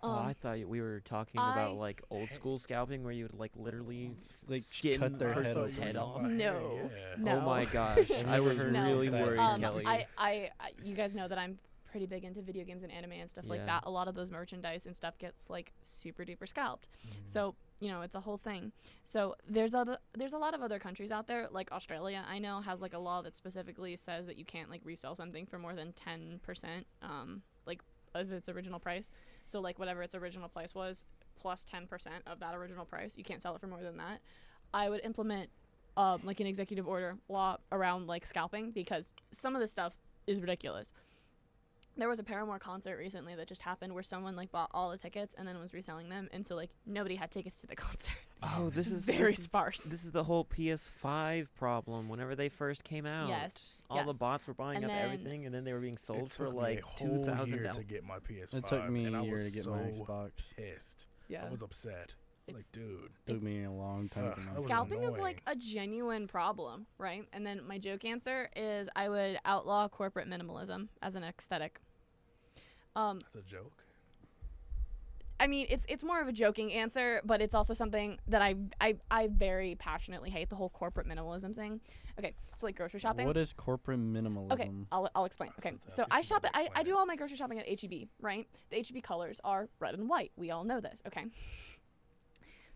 Oh, Um, I thought we were talking I- about like old school scalping, where you would like literally It's like skin cut their head person's off. head off. No. Yeah. No. Oh my gosh, I was Everybody's No. really like that. worried, Brain um, Kelly. I, I, I, you guys know that I'm pretty big into video games and anime and stuff like Yeah. that. A lot of those merchandise and stuff gets like super duper scalped. So you know it's a whole thing. So there's other there's a lot of other countries out there like Australia. I know has like a law that specifically says that you can't like resell something for more than ten percent, um, like of its original price. So like whatever its original price was plus ten percent of that original price, you can't sell it for more than that. I would implement um, like an executive order law around like scalping because some of this stuff is ridiculous. there was a Paramore concert recently that just happened where someone like bought all the tickets and then was reselling them, and so like nobody had tickets to the concert. Oh, It's this is very this is, sparse. this is the whole PS5 problem. Whenever they first came out, Yes, all the yes. bots were buying And up then- everything, and then they were being It sold for took me like a two whole thousand year dollars. to get my PS5. It took me and I a year was to get so my Xbox. pissed. yeah, I was upset. It's- Like, dude, Took it's- me a long time. Ugh, to I know. was Scalping is annoying. like a genuine problem, right? And then my joke answer is I would outlaw corporate minimalism as an aesthetic. Um, that's a joke. I mean, it's it's more of a joking answer, but it's also something that I I, I very passionately hate the whole corporate minimalism thing. Okay, so like grocery shopping. What is corporate minimalism? Okay, I'll, I'll explain. That's Okay, what's up. so You I should shop at, probably I, I explain do it. all my grocery shopping at HEB, right? The HEB colors are red and white. We all know this, okay?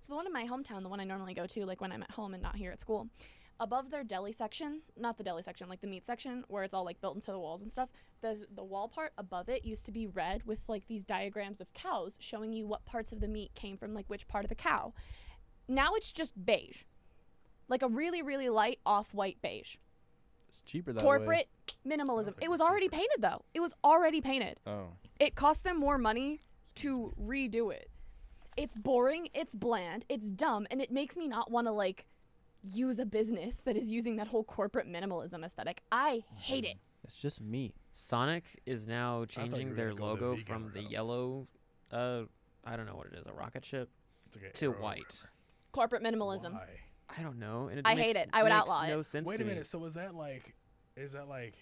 So the one in my hometown, the one I normally go to, like when I'm at home and not here at school, above their deli section, not the deli section, like the meat section where it's all like built into the walls and stuff, the, the wall part above it used to be red with like these diagrams of cows showing you what parts of the meat came from like which part of the cow. Now it's just beige, like a really, really light off white beige It's cheaper that way. corporate minimalism. Sounds like it it's was already cheaper. painted though. It was already painted. Oh, It cost them more money to redo it. It's boring, it's bland, it's dumb, and it makes me not want to like use a business that is using that whole corporate minimalism aesthetic. I hate it. Hmm. it's just meat. Sonic is now thought you changing were their gonna go the logo vegan from the route. yellow, uh, I don't know what it is, a rocket ship, It's like a to arrow or white. Corporate whatever. minimalism. Why? I don't know. And it I makes, hate it. I would makes outlaw it. no sense Wait to a me. minute. So is that like, is that like?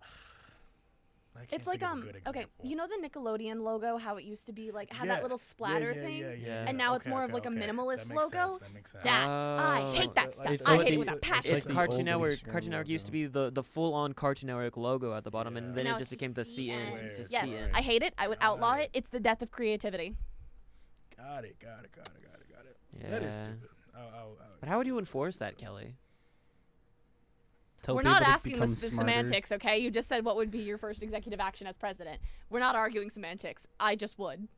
I can't It's like think of a um good okay, example. you know the Nickelodeon logo how it used to be like had Yeah, that little splatter yeah, yeah, thing? Yeah, yeah, and yeah. now it's Okay, more of okay, like a okay. That minimalist makes sense, logo. That makes sense. That I hate Oh. that stuff. it's I like hate it the- with a it's passion. It's like the Cartoon old Network. Instagram Cartoon Network used to logo. be the, the full on Cartoon Network logo at the bottom, Yeah. and then Now it just it's became the just CN. CN. It's just Yes, CN. I hate it. I would Got outlaw it. it. It's the death of creativity. Got it. Got it. Got it. Got it. Got it. That is Yeah. stupid. I'll, I'll, I'll, But how would you enforce that, Kelly? Tell We're not people to asking with become the smarter. semantics, okay? You just said what would be your first executive action as president. We're not arguing semantics. I just would.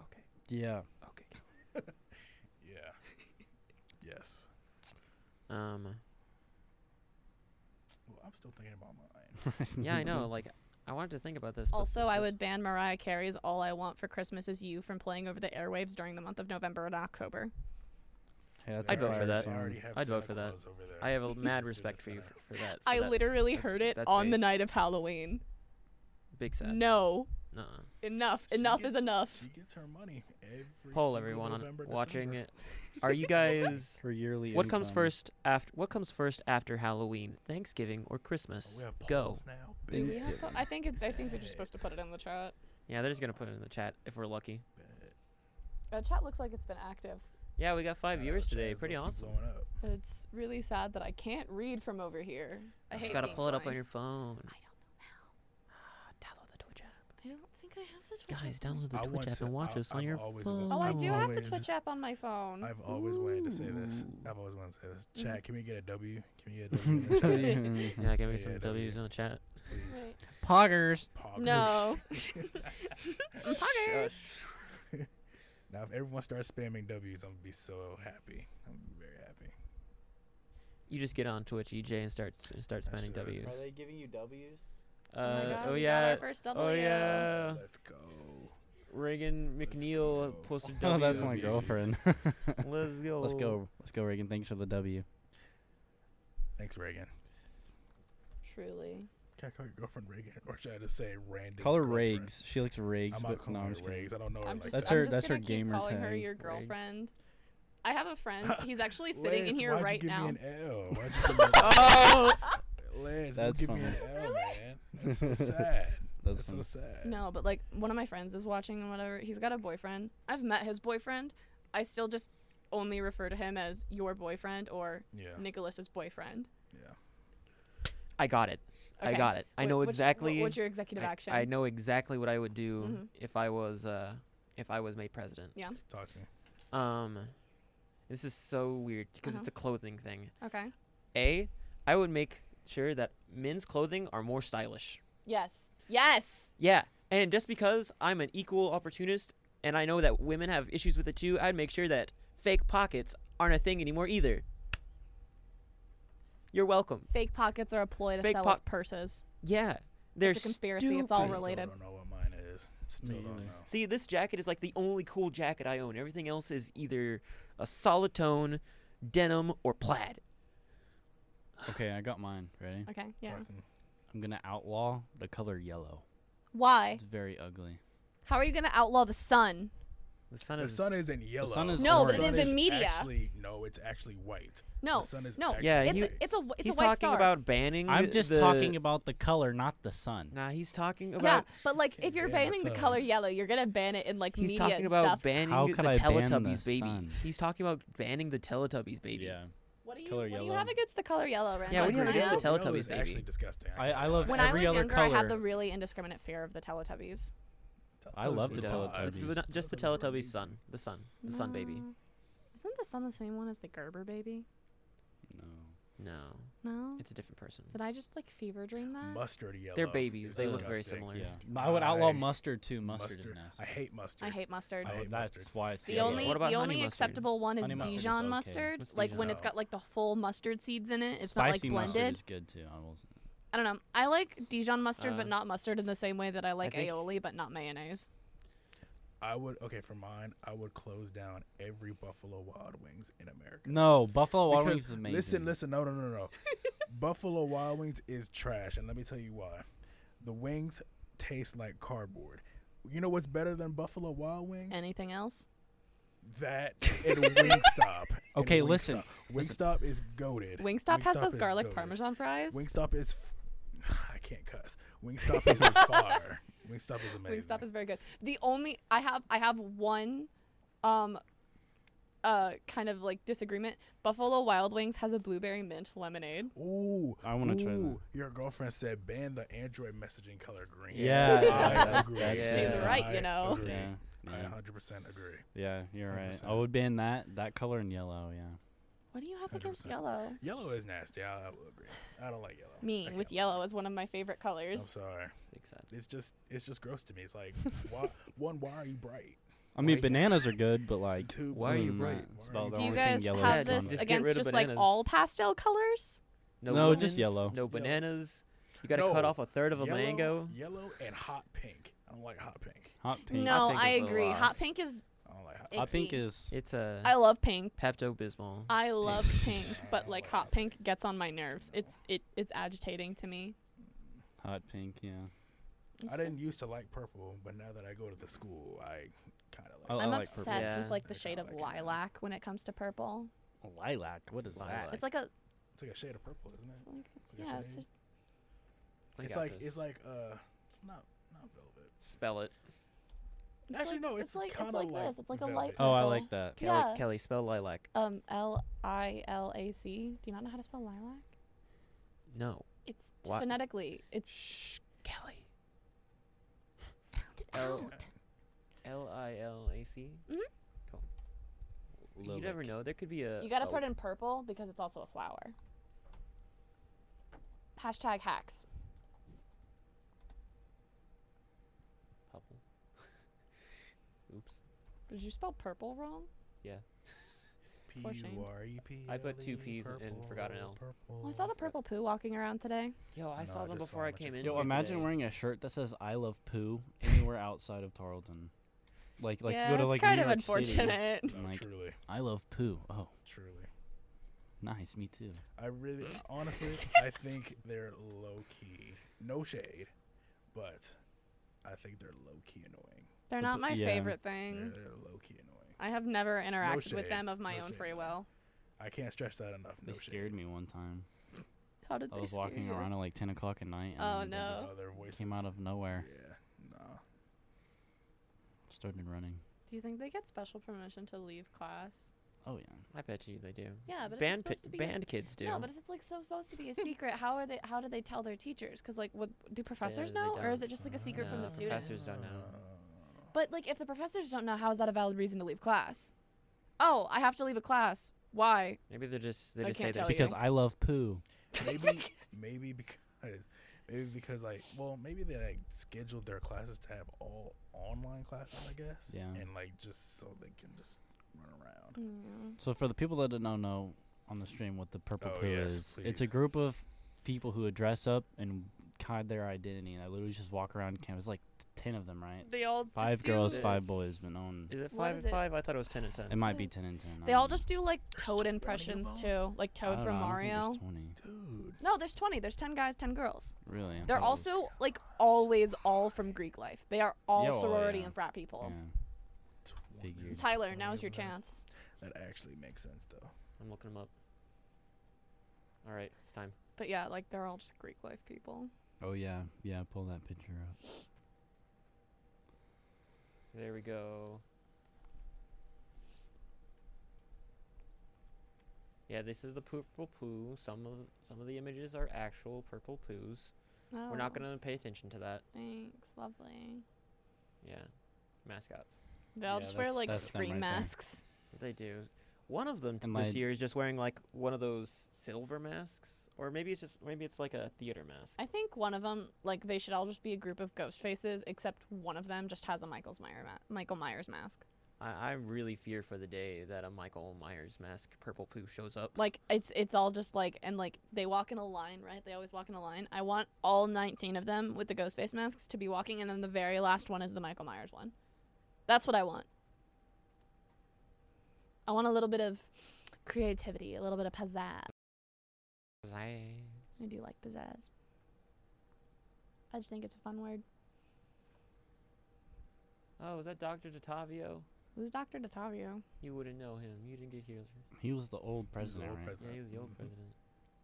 Okay. Yeah. Okay. Yeah. yes. Um. Well, I'm still thinking about mine. Yeah, I know. Like, I wanted to think about this. but Also, th- I this- would ban Mariah Carey's All I Want for Christmas Is You from playing over the airwaves during the month of November and October. Hey, that's I'd a vote for fire that. They song. already have I'd vote Santa for that. Claus Over there. I have a mad do respect this for you center. for, for that. I for that. literally That's- heard it that's on the based. night of Halloween. Big sad. No. Nuh-uh. Enough. She enough gets- is enough. She gets her money every Poll single everyone on November, watching December. it. Are you guys? Her yearly. what comes income. first after? What comes first after Halloween? Thanksgiving or Oh, Christmas? we have Go. polls now. Things Bitch. Yeah, get- I think I think we're just supposed to put it in the chat. Yeah, they're just gonna put it in the chat if we're lucky. The chat looks like it's been active. Yeah, we got five Uh, viewers Chaz today. low-key Pretty awesome. blowing up. It's really sad that I can't read from over here. I Just hate gotta being pull it up on blind. your phone. I don't Ah, Download the Twitch app, know now. I don't think I have the Twitch guys. app. Download the I Twitch want app to- and watch I- us on I've your always phone. wanted- Oh, I do have the Always. Twitch app on my phone. I've always wanted to say this. Ooh. I've always wanted to say this. Mm-hmm. Chat, can we get a W? Can we get a W? in the chat, Yeah, give me Yeah, some that'd be- W's in the chat. please? Right. Poggers. Poggers. No. I'm Shush. poggers. Now, if everyone starts spamming W's, I'm gonna be so happy. I'm gonna be very happy. You just get on Twitch, EJ, and start and start That's spamming it. Are W's. they giving you W's? Uh, oh, my God, oh we got yeah, our first oh W. yeah. Let's go. Reagan Let's McNeil go. posted Oh, W's. that's my W's. girlfriend. Let's go. Let's go. Let's go, Reagan. Thanks for the W. Thanks, Reagan. Truly. Can I call your girlfriend Reagan, or should I just say Randy? Call her Riggs. She likes I'm Riggs, not but no, calling I'm her just kidding. Riggs. I don't know her I'm like just, that. That's I'm her- just that's her gonna keep gamer calling her tag. your Riggs. girlfriend. I have a friend. He's actually sitting in Lance, here why'd right you give now. Me an L? Why'd you give me an L? Oh, Lance, That's you give me an fine. L, man. That's so sad. That's That's so funny. sad. No, but like one of my friends is watching and whatever. He's got a boyfriend. I've met his boyfriend. I still just only refer to him as your boyfriend or Yeah. Nicholas's boyfriend. Yeah. I got it. I Okay. got it. I What- know what's- what- exactly. what's your executive I, action? I know exactly what I would do Mhm. if I was uh, if I was made president. Yeah. Talk to me. Um, this is so weird because Uh-huh. it's a clothing thing. Okay. A, I would make sure that men's clothing are more stylish. Yes. Yes. Yeah, and just because I'm an equal opportunist and I know that women have issues with it too, I'd make sure that fake pockets aren't a thing anymore either. You're welcome. Fake pockets are a ploy to Fake sell po- as purses. Yeah, there's it's a conspiracy. It's all I related. Still don't know what mine is. Still Me don't either. know. See, this jacket is like the only cool jacket I own. Everything else is either a solid tone, denim, or plaid. Okay, I got mine. Ready? Okay. Yeah. Fucking- I'm gonna outlaw the color yellow. Why? It's very ugly. How are you gonna outlaw the sun? The sun The is. sun isn't yellow. is No, The but it sun is in media. Actually, no, it's actually white. No. The sun is no. actually Yeah, It's he- a, it's a it's he's a white talking star. about banning. I'm the- just the- talking about the color, not the sun. Nah, he's talking yeah, about. but like if Okay, you're yeah, the banning the um, sun. color yellow, you're gonna ban it in like He's media talking and about stuff. banning How the could I ban Teletubbies, the baby. sun? He's talking about banning the Teletubbies, baby. Yeah. What do you Color what do you yellow. have against the color yellow, Randall? Yeah, what do you Can have I against ask? the Yellow Teletubbies, is actually baby? disgusting. I- I love When it. I was Every other younger, I had the color. really indiscriminate fear of the Teletubbies. I love He the does. Teletubbies. But not- Just the Teletubbies were Teletubbies amazing. sun. The sun. The sun baby. No. Isn't the sun the same one as the Gerber baby? No. No. No. It's a different person. Did I just like fever dream that? Mustard yellow. They're babies. is They look very disgusting. similar. Yeah. I- I would outlaw mustard too. Mustard, is Mustard. nasty. I hate mustard. I hate mustard. I Oh, hate that's mustard. why it's The yellow. only What about the honey only mustard? acceptable one is Honey mustard is Dijon okay. mustard, What's like when Dijon? it's got like the full mustard seeds in it. It's Spicy not like mustard blended. is good too. I will I don't know. I like Dijon mustard, but Uh, not mustard in the same way that I like think- aioli, but not mayonnaise. I would okay for mine. I would close down every Buffalo Wild Wings in America. No, Buffalo Wild Because- Wings is amazing. Listen, listen, no, no, no, no. Buffalo Wild Wings is trash, and let me tell you why. The wings taste like cardboard. You know what's better than Buffalo Wild Wings? Anything else? that and Wingstop. And Okay, Wingstop. listen, listen. Wingstop is goaded. Wingstop has those is garlic goated. parmesan fries. Wingstop is. F- I can't cuss. Wingstop is fire. Wingstop is amazing. Wingstop is very good. The only I have I have one um uh kind of like disagreement. Buffalo Wild Wings has a blueberry mint lemonade. Ooh, I wanna try that. ooh, Your girlfriend said ban the Android messaging color green. Yeah, I yeah, agree. that's- She's yeah. right, I you know. agree. Yeah, I yeah, 100% agree. yeah, you're right. I 100%. would ban that that color in yellow. Yeah. What do you have against 100%. yellow? Yellow is nasty. I, I will agree. I don't like yellow. Me I with can't- yellow is one of my favorite I'm colors. sorry. Makes sense. It's just it's just gross to me. It's like why, one, why are you bright? I mean, Why- bananas are good, but like, Two, Why are other you than bright? that, Why It's are about you the Do The you only guys thing yellow Yeah, have is just- this just get against rid of just like bananas. all pastel colors? No, No, just lemons, yellow. No Just yellow. bananas. You gotta cut No, off a third of a yellow, mango. Yellow and hot pink. I don't like hot pink. hot pink. No, pink I is a agree. lot. Hot pink is I don't like hot. icky. hot pink is It's a I love pink. Pepto Bismol. I love pink, but like Wow. hot pink gets on my nerves. It's it it's agitating to me. hot pink. Yeah. It's I didn't just- used to like purple, but now that I go to the school, I kind of Oh, like. I I'm like purple. obsessed Yeah. with like the I shade kinda of like it now. lilac when it comes to purple. Lilac. What is Lilac. that? It's like a It's like a shade of purple, isn't it's it? like Like a yeah, it's shade? a, I It's got like this. it's like uh, not not velvet. Spell it. it's Actually, like, no, it's it's like it's kinda like, like this. It's like a light velvet. Oh, I purple. like that. Kelly, Yeah. Kelly, spell lilac. um L I L A C. Do you not know how to spell lilac? No. It's What? phonetically. It's Kelly. Sound it L- out. L I L A C. Mhm. Cool. You never know. There could be a. You gotta a- put in purple because it's also a flower. Hashtag hacks. Purple. Oops. Did you spell purple wrong? P Poor shame. U R E P. I put two Ps and forgot an L. Well, I saw the purple poo walking around today. Yo, I No, saw I them just saw before a I bunch came of in. purple. Yo, here imagine today. wearing a shirt that says "I love poo" anywhere outside of Tarleton. Like, like yeah, you go to it's like kind New of York City. unfortunate. No, Like- Oh, truly, I love poo. Oh, truly. nice. Me too. I really, honestly, I think they're low key. No shade, but I think they're low key annoying. They're But not the- my yeah. favorite They're, thing. they're low key annoying. I have never interacted with shade. them of my No own shade. free will. I can't stress that enough. They No scared shade. me one time. How did I they was scare walking you? around at like 10 o'clock at night. And Oh, then they no. Oh, their just voices. Came out of Yeah, nowhere. nah. Started running. Do you think they get special permission to leave class? Oh yeah. I bet you they do. Yeah, but band if it's supposed pi- to be band kids a, do. no, but if it's like supposed to be a secret, how are they? How do they tell their teachers? Because like, what do professors they know, or is don't. it just like a secret No, from the students? professors don't know. Uh, But like, if the professors don't know, how is that a valid reason to leave class? Oh, I have to leave a class. Why? Maybe they're just they I just say can't they're Oh, tell sick. Because I love poo. maybe, maybe because, maybe because like, well, maybe they like scheduled their classes to have all online classes, I guess. Yeah. And like just so they can just run around. So for the people that don't know on the stream what the purple Oh, poo yes, is, it's a please. group of people who would dress up and hide their identity, and I literally just walk around campus like t- ten of them, right? They all Five just do- girls, do- five boys, but no one. Is it What five is and it? five? I thought it was ten and ten. It might be Yes. ten and ten. I They don't all know. just do like There's Toad 20 of impressions them. too, like I Toad don't from know, I Mario. don't think there's 20. Dude. No, there's 20. There's 10 guys, 10 girls. Really? They're also like always all from Greek life. They are all Yeah, well, sorority yeah. and frat people. Yeah. 20. Figures. Tyler, now's your Yeah. chance. That actually makes sense though. I'm looking them up. All right, it's time. But yeah, like they're all just Greek life people. Oh yeah, yeah. Pull that picture up. There we go. Yeah, this is the purple poo. Some of some of the images are actual purple poos. We're not gonna pay attention to that. Oh, Thanks, lovely. Yeah, mascots. They all Yeah, just wear that's- like that's them screen right there. masks. They do. One of them t- And this my- year is just wearing like one of those silver masks, or maybe it's just maybe it's like a theater mask. I think one of them, like they should all just be a group of ghost faces, except one of them just has a Michael's Meyer ma- Michael Myers mask. I, I really fear for the day that a Michael Myers mask purple poo shows up. Like it's it's all just like and like they walk in a line, right? They always walk in a line. I want all 19 of them with the ghost face masks to be walking, and then the very last one is the Michael Myers one. That's what I want. I want a little bit of creativity, a little bit of pizzazz. 'Cause I- I do like pizzazz. I just think it's a fun word. Oh, is that Doctor Tatavio? Who's Dr. DeTavio? You wouldn't know him. You didn't get here. He was the old president, old right? president. Yeah, he was the old Mhm. president.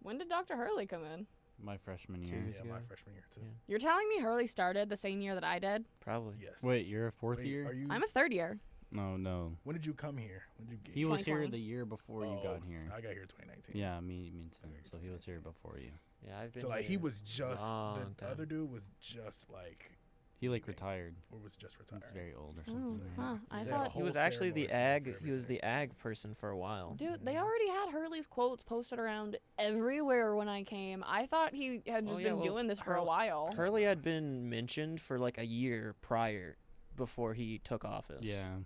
When did Dr. Hurley come in? My freshman Two year. years Yeah, my ago. freshman year too. Yeah. You're telling me Hurley started the same year that I did? Probably. Yes. Wait, you're a fourth Wait, year? Are you? I'm a third year. no, no. when did you come here? When did you get? He was here 2020. the year before you got Oh, here. I got here 2019. Yeah, me, me too. Okay, So he was here before you. Yeah, I've been. So like he here was just the long other time. dude was just like He like Okay. retired. or was just He's retired. very old or Oh, something. huh. I Yeah. Yeah, thought, he was whole actually the ceremony for ag. He was everything. the ag person for a while. dude, they already had Hurley's quotes posted around everywhere when I came. I thought he had Oh, just yeah, been well, doing this for a Hurl- while. Hurley had been mentioned for like a year prior, before he took office. Yeah.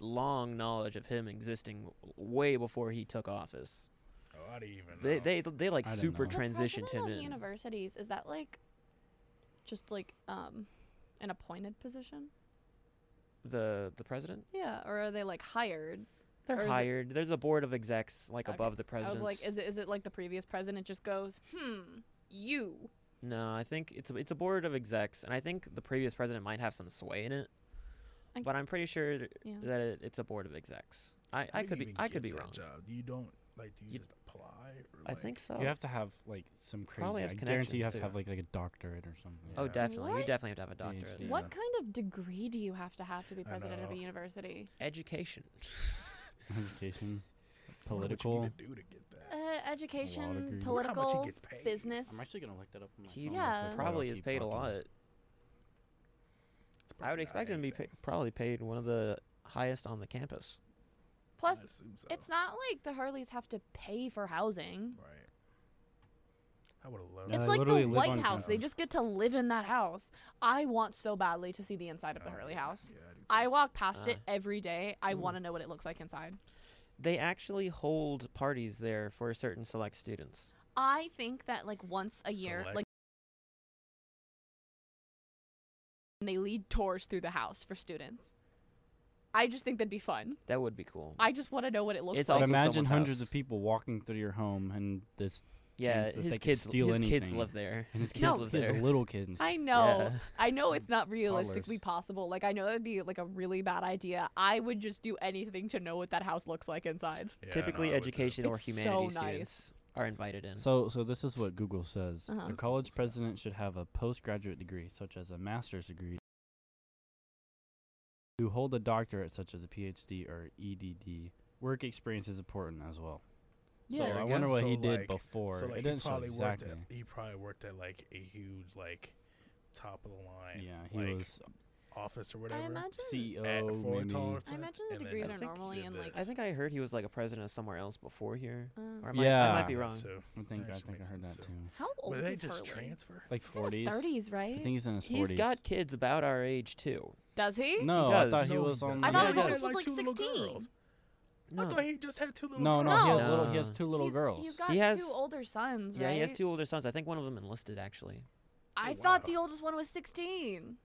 long knowledge of him existing w- way before he took office. Oh, I didn't even. They know. they they like I don't super know. The transitioned president him of in. Universities is that like, just like um, an appointed position? The the president? Yeah, or are they like hired? Or They're is it- hired. There's a board of execs like Okay. above the I president. was like, is it is it like the previous president just goes, hmm, you? no, I think it's a, it's a board of execs, and I think the previous president might have some sway in it. I- But I'm pretty sure th- Yeah. that it, it's a board of execs. I, How I do could you be even I get could be that wrong. Job? You don't like? Do you, You- just apply? Or, I like, think so. You have to have like some crazy. Oh. Probably I has guarantee you have to connections, have like like a doctorate or something. oh, Yeah. definitely. You What? definitely have to have a doctorate. PhD. What kind of degree do you have to have to be I president of a know. university? Education. Education, I wonder What political. you need to do to get that? Uh, education, degree. I wonder how much political, he gets paid. business. I'm actually gonna look that up. On my He phone real Yeah. quick while Probably y'all is keep paid a talking. lot. It's I would probably expect not him to be pa- anything. probably paid one of the highest on the campus. Plus, I'd assume so. it's not like the Hurleys have to pay for housing. right. I would have loved. No, it. it's they like literally the live on White House. They campus. just get to live in that house. I want so badly to see the inside of the Oh, Hurley yeah, house. yeah, do I too. walk past it Uh. Ah. every day. I Mm. want to know what it looks like inside. They actually hold parties there for certain select students. I think that like once a year, Select. like and they lead tours through the house for students. I just think that'd be fun. That would be cool. I just want to know what it looks It's But also like. imagine someone's hundreds house. of people walking through your home and this yeah, chance that his they could kids steal his kids anything. live there. and his kids kids, live his there. little kids. I know. Yeah. I know it's not realistically Toddlers. possible. Like I know that'd be like a really bad idea. I would just do anything to know what that house looks like inside. Yeah, no, Typically I would too. education or It's so humanities nice. students are invited in. So, so this is what Google says: Uh-huh. a college president should have a postgraduate degree, such as a master's degree, to hold a doctorate, such as a PhD or EDD. Work experience is important as well. Yeah. so I I wonder guess what so, he did like- before. So like it he didn't show probably worked exactly. at he probably worked at like a huge like top of the line Yeah, he like, was office or I whatever. imagine. CEO. Four Maybe. taller I imagine the and then degrees I are think he normally did in like. I think I heard he was like a president somewhere else before here. um, Or I might, I might be Yeah. wrong. So, I think I Actually think I makes heard sense that too. too. how old were they is just Hurley? transfer? Like He's in his 40s. I 30s, right? think he's in his 40s. He's got kids about our age too. Does he? no, I does. thought he No, he was on. doesn't. I thought Yeah, his yeah. oldest Like was like two little 16. girls. I No. thought he just had two little. No, no, he has No. little. He has No. two little He's- girls. He's got He has- two older sons, Yeah, right? he has two older sons. I think one of them enlisted actually. I Oh, thought wow. the oldest one was 16.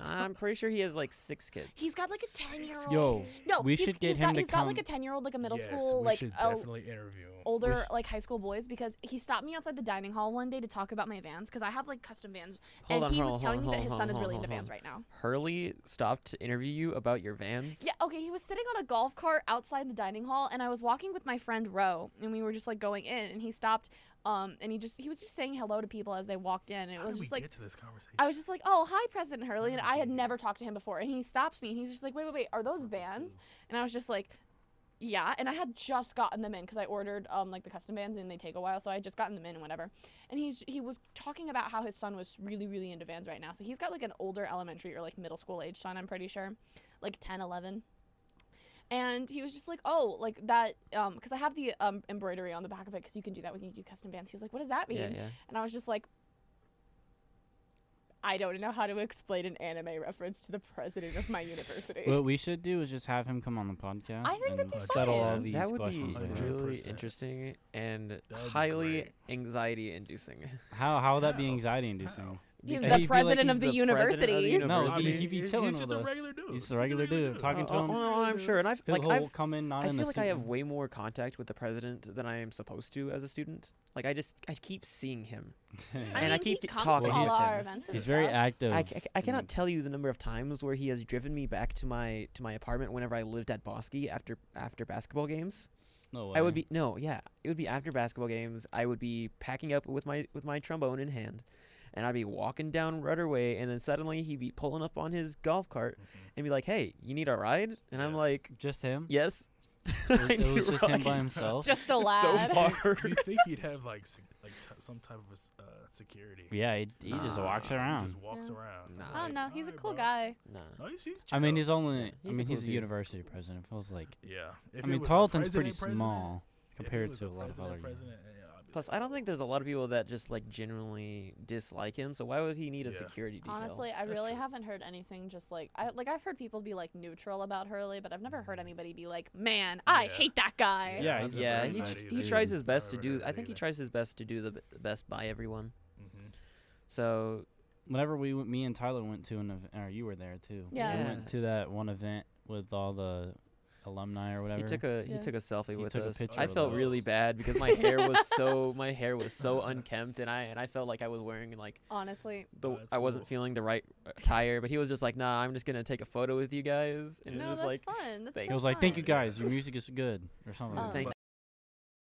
I'm pretty sure he has like six kids. He's got like a Six 10 year old. Yo, no, we he's- should get he's him got, to He's got like a 10 year old, like a middle yes, school, we like should a definitely interview him. older sh- like high school boys because he stopped me outside the dining hall one day to talk about my vans because I have like custom vans Hold and on, he hold on, hold was telling on, me hold that on, his hold son is on, really hold into on, vans hold right now. on. Hurley stopped to interview you about your vans. Yeah, okay, he was sitting on a golf cart outside the dining hall and I was walking with my friend Ro and we were just like going in and he stopped um and he just he was just saying hello to people as they walked in and it How was did just we like get to this conversation? I was just like, "Oh, hi, President Hurley," and did I we had do that? never talked to him before. And he stops me, and he's just like, "Wait, wait, wait, are those vans?" And I was just like, "Yeah." And I had just gotten them in because I ordered um like the custom vans, and they take a while, so I had just gotten them in and whatever. And he's he was talking about how his son was really really into vans right now, so he's got like an older elementary or like middle school age son, I'm pretty sure, like 10, 11 and he was just like oh like that um because i have the um embroidery on the back of it because you can do that when you do custom bands he was like what does that mean Yeah, yeah. and i was just like i don't know how to explain an anime reference to the president of my university What we should do is just have him come on the podcast. I think that'd and be settle all fun. these Um, that would be questions. we have. Hundred really percent. interesting and That'd be highly great. anxiety-inducing. How how would that be How? anxiety inducing? How? he's And he'd the be like, president he's of the, the president of the university uni- No, University. he, I he'd mean, be he's chilling just with a us. regular dude. He's He's a a regular regular dude. dude. Talking to Oh, him. oh, no, I'm sure, and I've He'll like he'll I've come in not I in feel a like I have way more contact with the president than I am supposed to as a student. Like I just I keep seeing him. suit. I and mean, I keep t- he comes talking to to all him. our events and He's very stuff. active. I, c- I c- I and- cannot tell you the number of times where he has driven me back to my to my apartment whenever I lived at Bosky after after basketball games. No way. I would be no, yeah, it would be after basketball games. I would be packing up with my with my trombone in hand, and I'd be walking down Rudderway, and then suddenly he'd be pulling up on his golf cart Mm-hmm. and be like, "Hey, you need a ride?" And I'm Yeah. like, just him. "Yes." It was- I it was need a just him by ride." himself. just a so lad far. you think he'd have like sec- like t- some type of uh, security? Yeah, he, he just Nah. walks He He around. just walks Yeah. around. Nah. i Oh, Like, don't know he's a "Alright, cool bro." guy nah. No, he's, he's I mean, chill. he's only. Yeah, I he's a mean, cool he's a dude. university president. Feels like. yeah. If I it mean, was the Tarleton's pretty president president, small if it compared was to a the lot of president other. president, eh, I'd be Plus, like, I don't think there's a lot of people that just like genuinely dislike him. So why would he need a Yeah. security detail? honestly i That's really true. haven't heard anything just like i like i've heard people be like neutral about hurley but i've never heard anybody be like man i Yeah. hate that guy Yeah, he's a yeah, very he, nice tr- he dude. tries his best to Sorry do. about I that think he either. tries his best to do the b- best by everyone. Mhm. So Whenever we, went- me and Tyler went to an event, or you were there too. We Yeah. went to that one event with all the alumni or whatever. he took a he Yeah. took a selfie with took a us. picture I with felt us. really bad because my hair was so my hair was so unkempt, and I and I felt like I was wearing like honestly the Oh, that's I wasn't cool. feeling the right uh, attire. But he was just like, "Nah, I'm just gonna take a photo with you guys," and no it was that's like, fun that's thank- It so was like, "Thank fun. you guys, your music is good" or something. Um, like Thank that.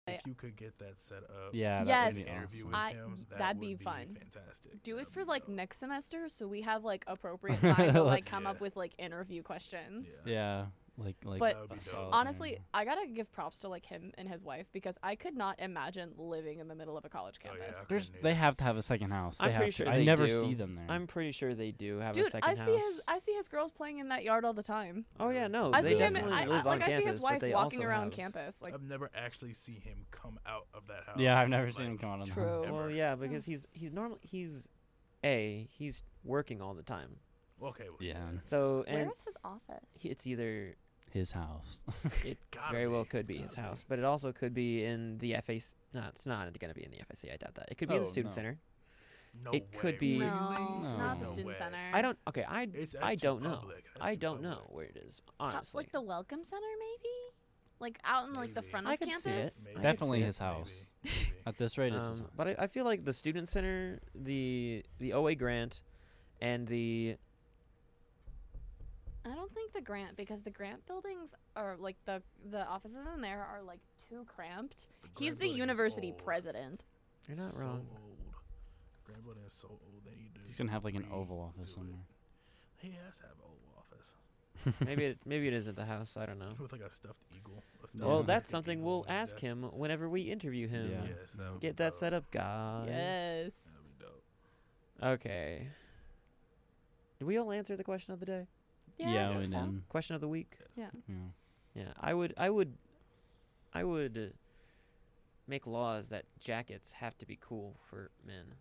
If you could get that set up, Yeah. an That would Yes. be interview awesome. with I- him, that that'd would be be, fun. Fantastic. Do it That'd for be like dope. next semester, so we have like appropriate time to like come up Yeah. with like interview questions. Yeah. yeah. Like like. But a That would be dope. solid Honestly, man. I gotta give props to like him and his wife because I could not imagine living in the middle of a college Oh, yeah. campus. I there's couldn't do they that. have to have a second house. They I'm have pretty to. sure I they never do. see them there. "I'm pretty sure they do have a Dude, second I see house." his I see his girls playing in that yard all the time. oh yeah, no, I they see him definitely I, I- live on like I campus, see his but wife they walking also around have- campus. Like I've never actually seen him come out of that house. yeah, I've never seen him like, come on. True. Well, Ever. Oh. yeah, because he's he's normally he's a he's working all the time. Okay. Well, Yeah. So and where is his office? he- it's either His house. it Gotta very well be. could be Gotta his house, but it also could be in the FAC. No, it's not going to be in the FAC. I doubt that. It could be in the Oh, student no. center. No It could way, be- no, really? not the No student way. center. I don't. Okay, I It's- that's I too don't know. public. That's I too don't know public. where it is. How- Honestly, like the welcome center, maybe, like out in like the Maybe. front I of could campus. see it. Maybe. Definitely see it. his house. Maybe, maybe. At this rate, it's his um, but I, I feel like the student center, the the OA grant, and the I don't think the Grant because the Grant buildings are like the the offices in there are like too cramped. The He's Grand the Building is university old. president. you're not so wrong. Old. Grand Building is so old. They need to. he's gonna have like an Oval redo Office it. somewhere. He has to have an oval office maybe it maybe it is at the house. I don't know. with like a stuffed eagle. a stuffed Well, Yeah. American that's something eagle we'll on his ask desk. him whenever we interview him. Yeah. Yes, that would be Get that dope. set up, guys. Yes. That'd be dope. Okay. Did we all answer the question of the day? Yeah, we Yes. did. Question of the week? Yes. Oh, Yeah. Yeah. Yeah, I would, I would, I would uh, make laws that jackets have to be cool for men.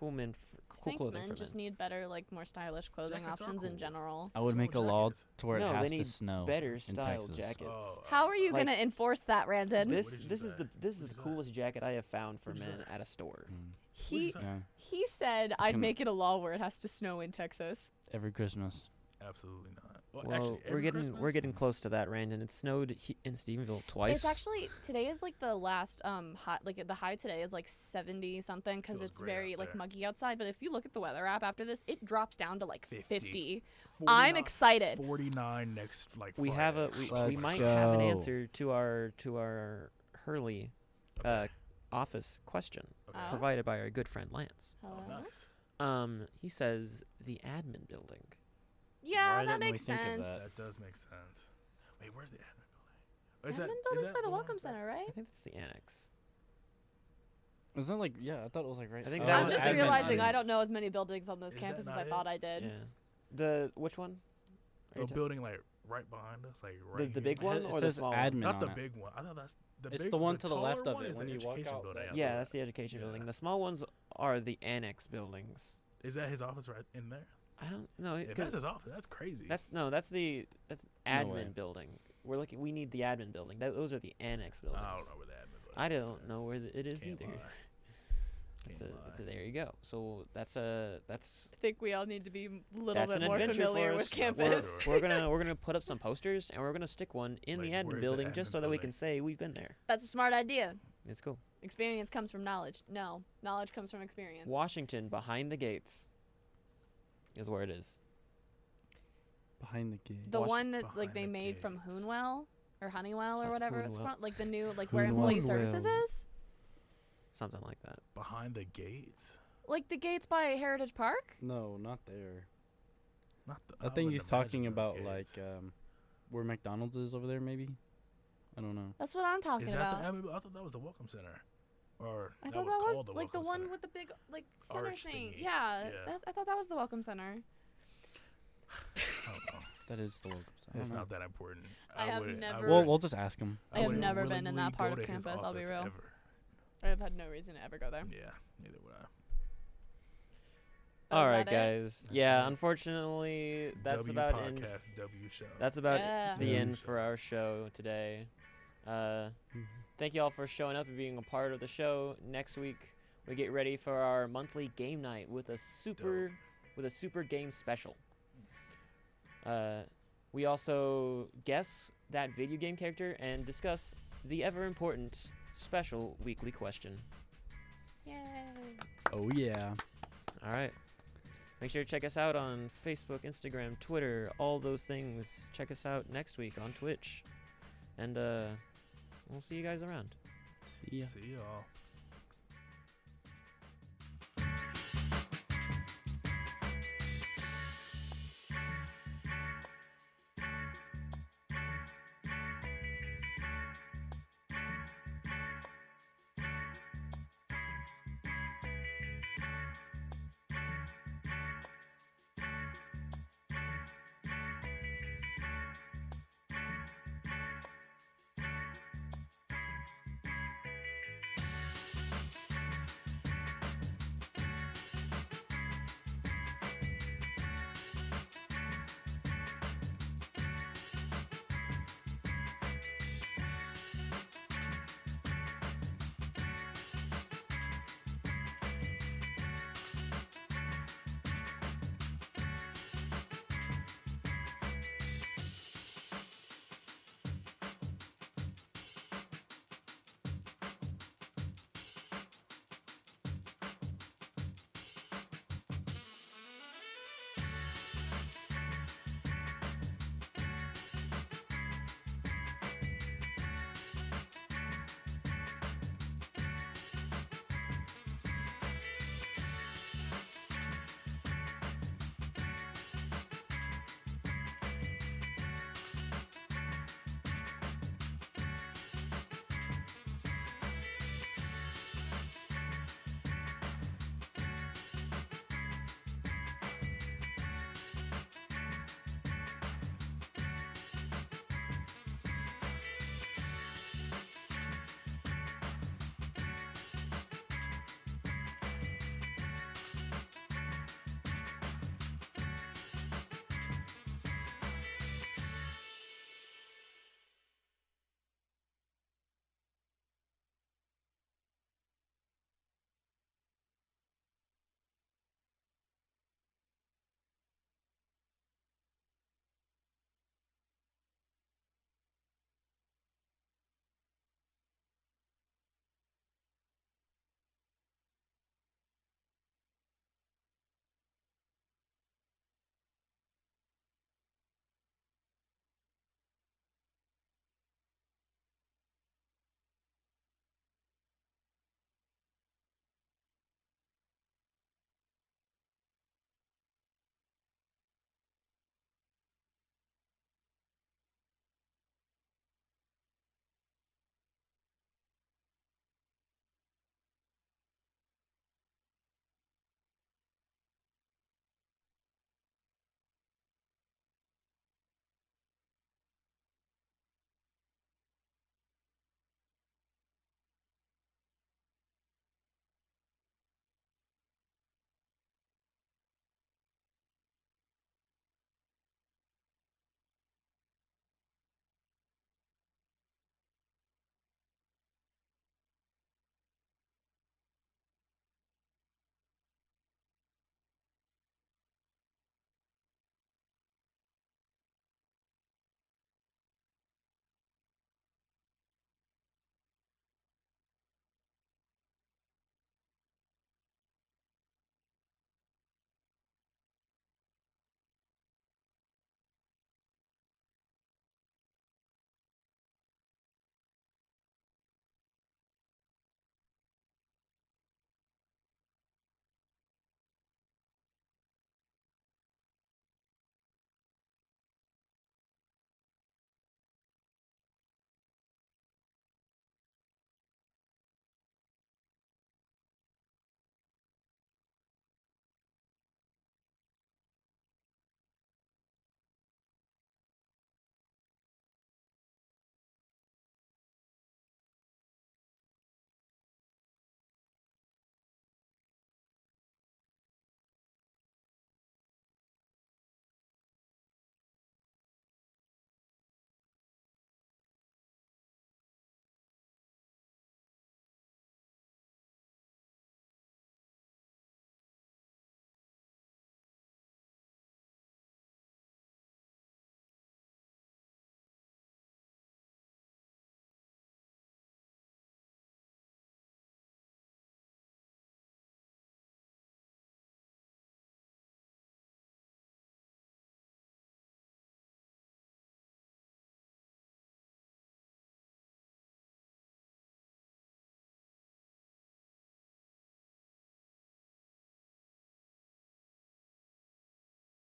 Coolman, f- cool I think clothing men for just men. need better, like more stylish clothing Jackets are options in cool. general. I would Throw make a law jackets. to where No, they it has need to snow. better in style Texas. jackets. Oh, How are you Like- gonna enforce that, Randon? This did you this is say? the this is What the is that? coolest jacket I have found for What is men that? at a store. Mm, he What is that? yeah, he Said I'd gonna- make it a law where it has to snow in Texas. every Christmas. absolutely not. Well, Well, actually, we're every getting we're Christmas? getting close to that, Randon. It snowed he- in Stephenville twice. It's actually today is like the last um hot like the high today is like 70 something because Feels it's great out very like there. muggy outside. But if you look at the weather app after this, it drops down to like 50. 50. I'm 49 excited. 49 next like we have a Friday. we, we Let's might have an go. answer to our to our Hurley Okay, uh, office question okay. Oh. provided by our good friend Lance. Oh, Hello? nice. Um, he says the admin building. yeah, Why that didn't we makes think of sense. that? That does make sense. Wait, where's the admin building? Admin Is that- is building's that by the one Welcome back- Center, right? I think that's the annex. Is that like yeah? I thought it was like right. I think oh, that I'm was just admin realizing I buildings. don't know as many buildings on those Is that campuses as not I it? thought I did. Yeah. The which one? Are you The ta- building like right behind us, like right. the, here. the big It one ha- it or the says small admin one? Not on the it. big one. I thought that's the It's big. the one to the taller left of one it is when the you walk education out building. there. I Yeah, thought. that's the education building. Yeah. The small ones are the annex buildings. Is that his office right in there? I don't know. If 'cause that's his office, that's crazy. That's no, that's the that's No admin way. building. We're looking. We need the admin building. Tho- those are the annex buildings. I don't know where the admin building I is don't there. know where the, it is Can't either. lie. It's a, Can't it's a, lie. there you go. So that's a that's I think we all need to be a little That's an bit more adventure familiar for with us. campus. we're, Sure. we're gonna we're gonna put up some posters and we're gonna stick one in the Like, admin where's the building just admin so that we building? can say we've been there. That's a smart idea. It's cool. Experience comes from knowledge. No, knowledge comes from experience. Washington behind the gates is where it is. behind the gate. The Wash one that like behind they the made from gates. Hoonwell or Honeywell or Ho- whatever it's Hoonwell. called, like the new like where Hoonwell. employee services Hoonwell. is, Something like that. Behind the gates? like the gates by Heritage Park. no, not there. Not the, I think he's talking about like um, where McDonald's is over there, maybe. I don't know. That's what I'm talking Is that about. the admin? I thought that was the Welcome Center. Or I that thought was that was called the like the Welcome one Center. with the big like center Arch thing. thingy. Yeah, Yeah. That's, I thought that was the welcome center. I don't know. That is the welcome sign. It's not that important. I have wouldn't- never- Well, wouldn't- Uh-huh. we'll just ask him. I have wouldn't never been in that willingly part go of to his campus, I'll be office real. ever. I've had no reason to ever go Oh, there. Yeah, neither would I. Oh, All is right, that it? guys. That's yeah, it. unfortunately, that's w about end. podcast W show. That's about Yeah. the Yeah. end for our show today. Uh, thank you all for showing up and being a part of the show. Next week we get ready for our monthly game night with a super with a super game special. Uh, we also guess that video game character and discuss the ever important special weekly question. Yay. Oh yeah. All right. Make sure to check us out on Facebook, Instagram, Twitter, all those things. Check us out next week on Twitch. And uh, we'll see you guys around. See ya. See y'all.